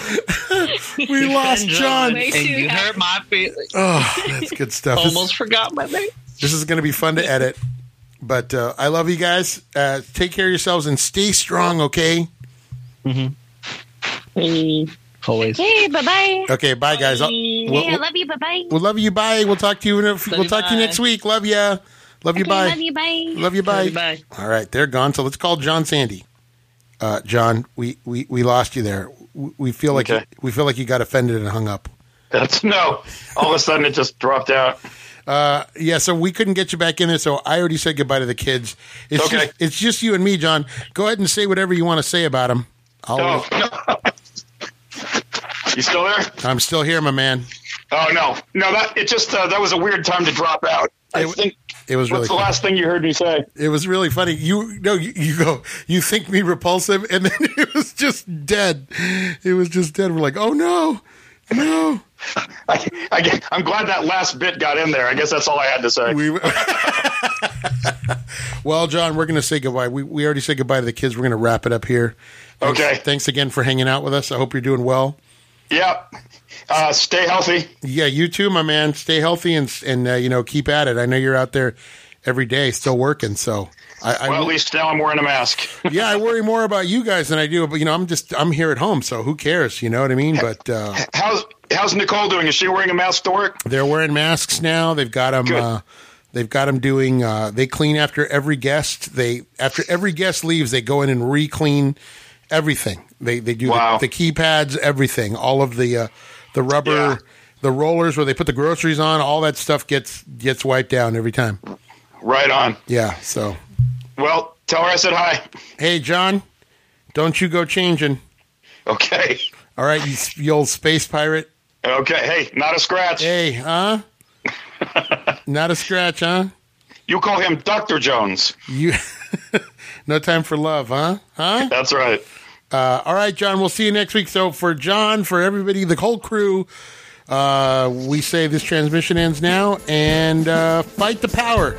S1: we lost John.
S5: Way
S3: And
S5: too
S3: you
S5: happy.
S3: hurt my feelings.
S1: Oh, that's good stuff. This-
S3: Almost forgot my name.
S1: This is going to be fun to edit. But uh, I love you guys. Uh, take care of yourselves and stay strong, okay?
S3: Always.
S2: Hey, bye bye.
S1: Okay, bye, guys. I'll- we'll,
S2: Hey, I
S1: we'll,
S2: love you. Bye bye.
S1: we'll love you. Bye. We'll talk to you. In a, we'll
S5: you,
S1: talk to you
S5: bye.
S1: next week. Love ya. Love you.
S2: Okay,
S1: Bye.
S2: Love you. Bye.
S1: Love you. Bye.
S5: Bye.
S1: All right, they're gone. So let's call John Sandy. Uh, John, we, we, we lost you there. We, we feel like
S4: Okay.
S1: we feel like you got offended and hung up.
S4: That's no. All of a sudden, it just dropped out.
S1: Uh, Yeah, so we couldn't get you back in there. So I already said goodbye to the kids. It's
S4: Okay.
S1: just, it's just you and me, John. Go ahead and say whatever you want to say about them.
S4: Oh, you still there?
S1: I'm still here, my man.
S4: Oh no, no. That it just uh, that was a weird time to drop out. I
S1: It-
S4: think.
S1: It was really
S4: What's the
S1: fun.
S4: last thing you heard me say?
S1: it was really funny. You no, you, you go. You think me repulsive, and then it was just dead. It was just dead. We're like, oh no, no.
S4: I, I, guess- I'm glad that last bit got in there. I guess that's all I had to say.
S1: We well, John, we're going to say goodbye. We we already said goodbye to the kids. We're going to wrap it up here. Thanks-
S4: Okay.
S1: Thanks again for hanging out with us. I hope you're doing well.
S4: yep. Uh, stay healthy.
S1: Yeah, you too, my man. Stay healthy and and uh, you know keep at it. I know you're out there every day still working. So I, I
S4: Well, at least now I'm wearing a mask.
S1: yeah, I worry more about you guys than I do. But you know, I'm just I'm here at home, so who cares? You know what I mean? But uh,
S4: How's How's Nicole doing? Is she wearing a mask to work?
S1: they're wearing masks now. They've got them.
S4: Good.
S1: Uh, they've got 'em doing. Uh, they clean after every guest. They after every guest leaves, they go in and re-clean everything. They they do
S4: Wow.
S1: the, the keypads, everything, all of the uh, the rubber.
S4: Yeah.
S1: The rollers where they put the groceries on, all that stuff gets gets wiped down every time.
S4: Right on.
S1: Yeah. So,
S4: Well, tell her I said hi.
S1: hey, John, don't you go changing.
S4: Okay.
S1: All right, you, s- you old space pirate.
S4: Okay. Hey, not a scratch.
S1: Hey, huh? Not a scratch, huh?
S4: You call him Doctor Jones.
S1: You no time for love, huh? Huh?
S4: That's right.
S1: Uh, all right, John. We'll see you next week. So for John, for everybody, the whole crew, uh, we say this transmission ends now, and uh, fight the power.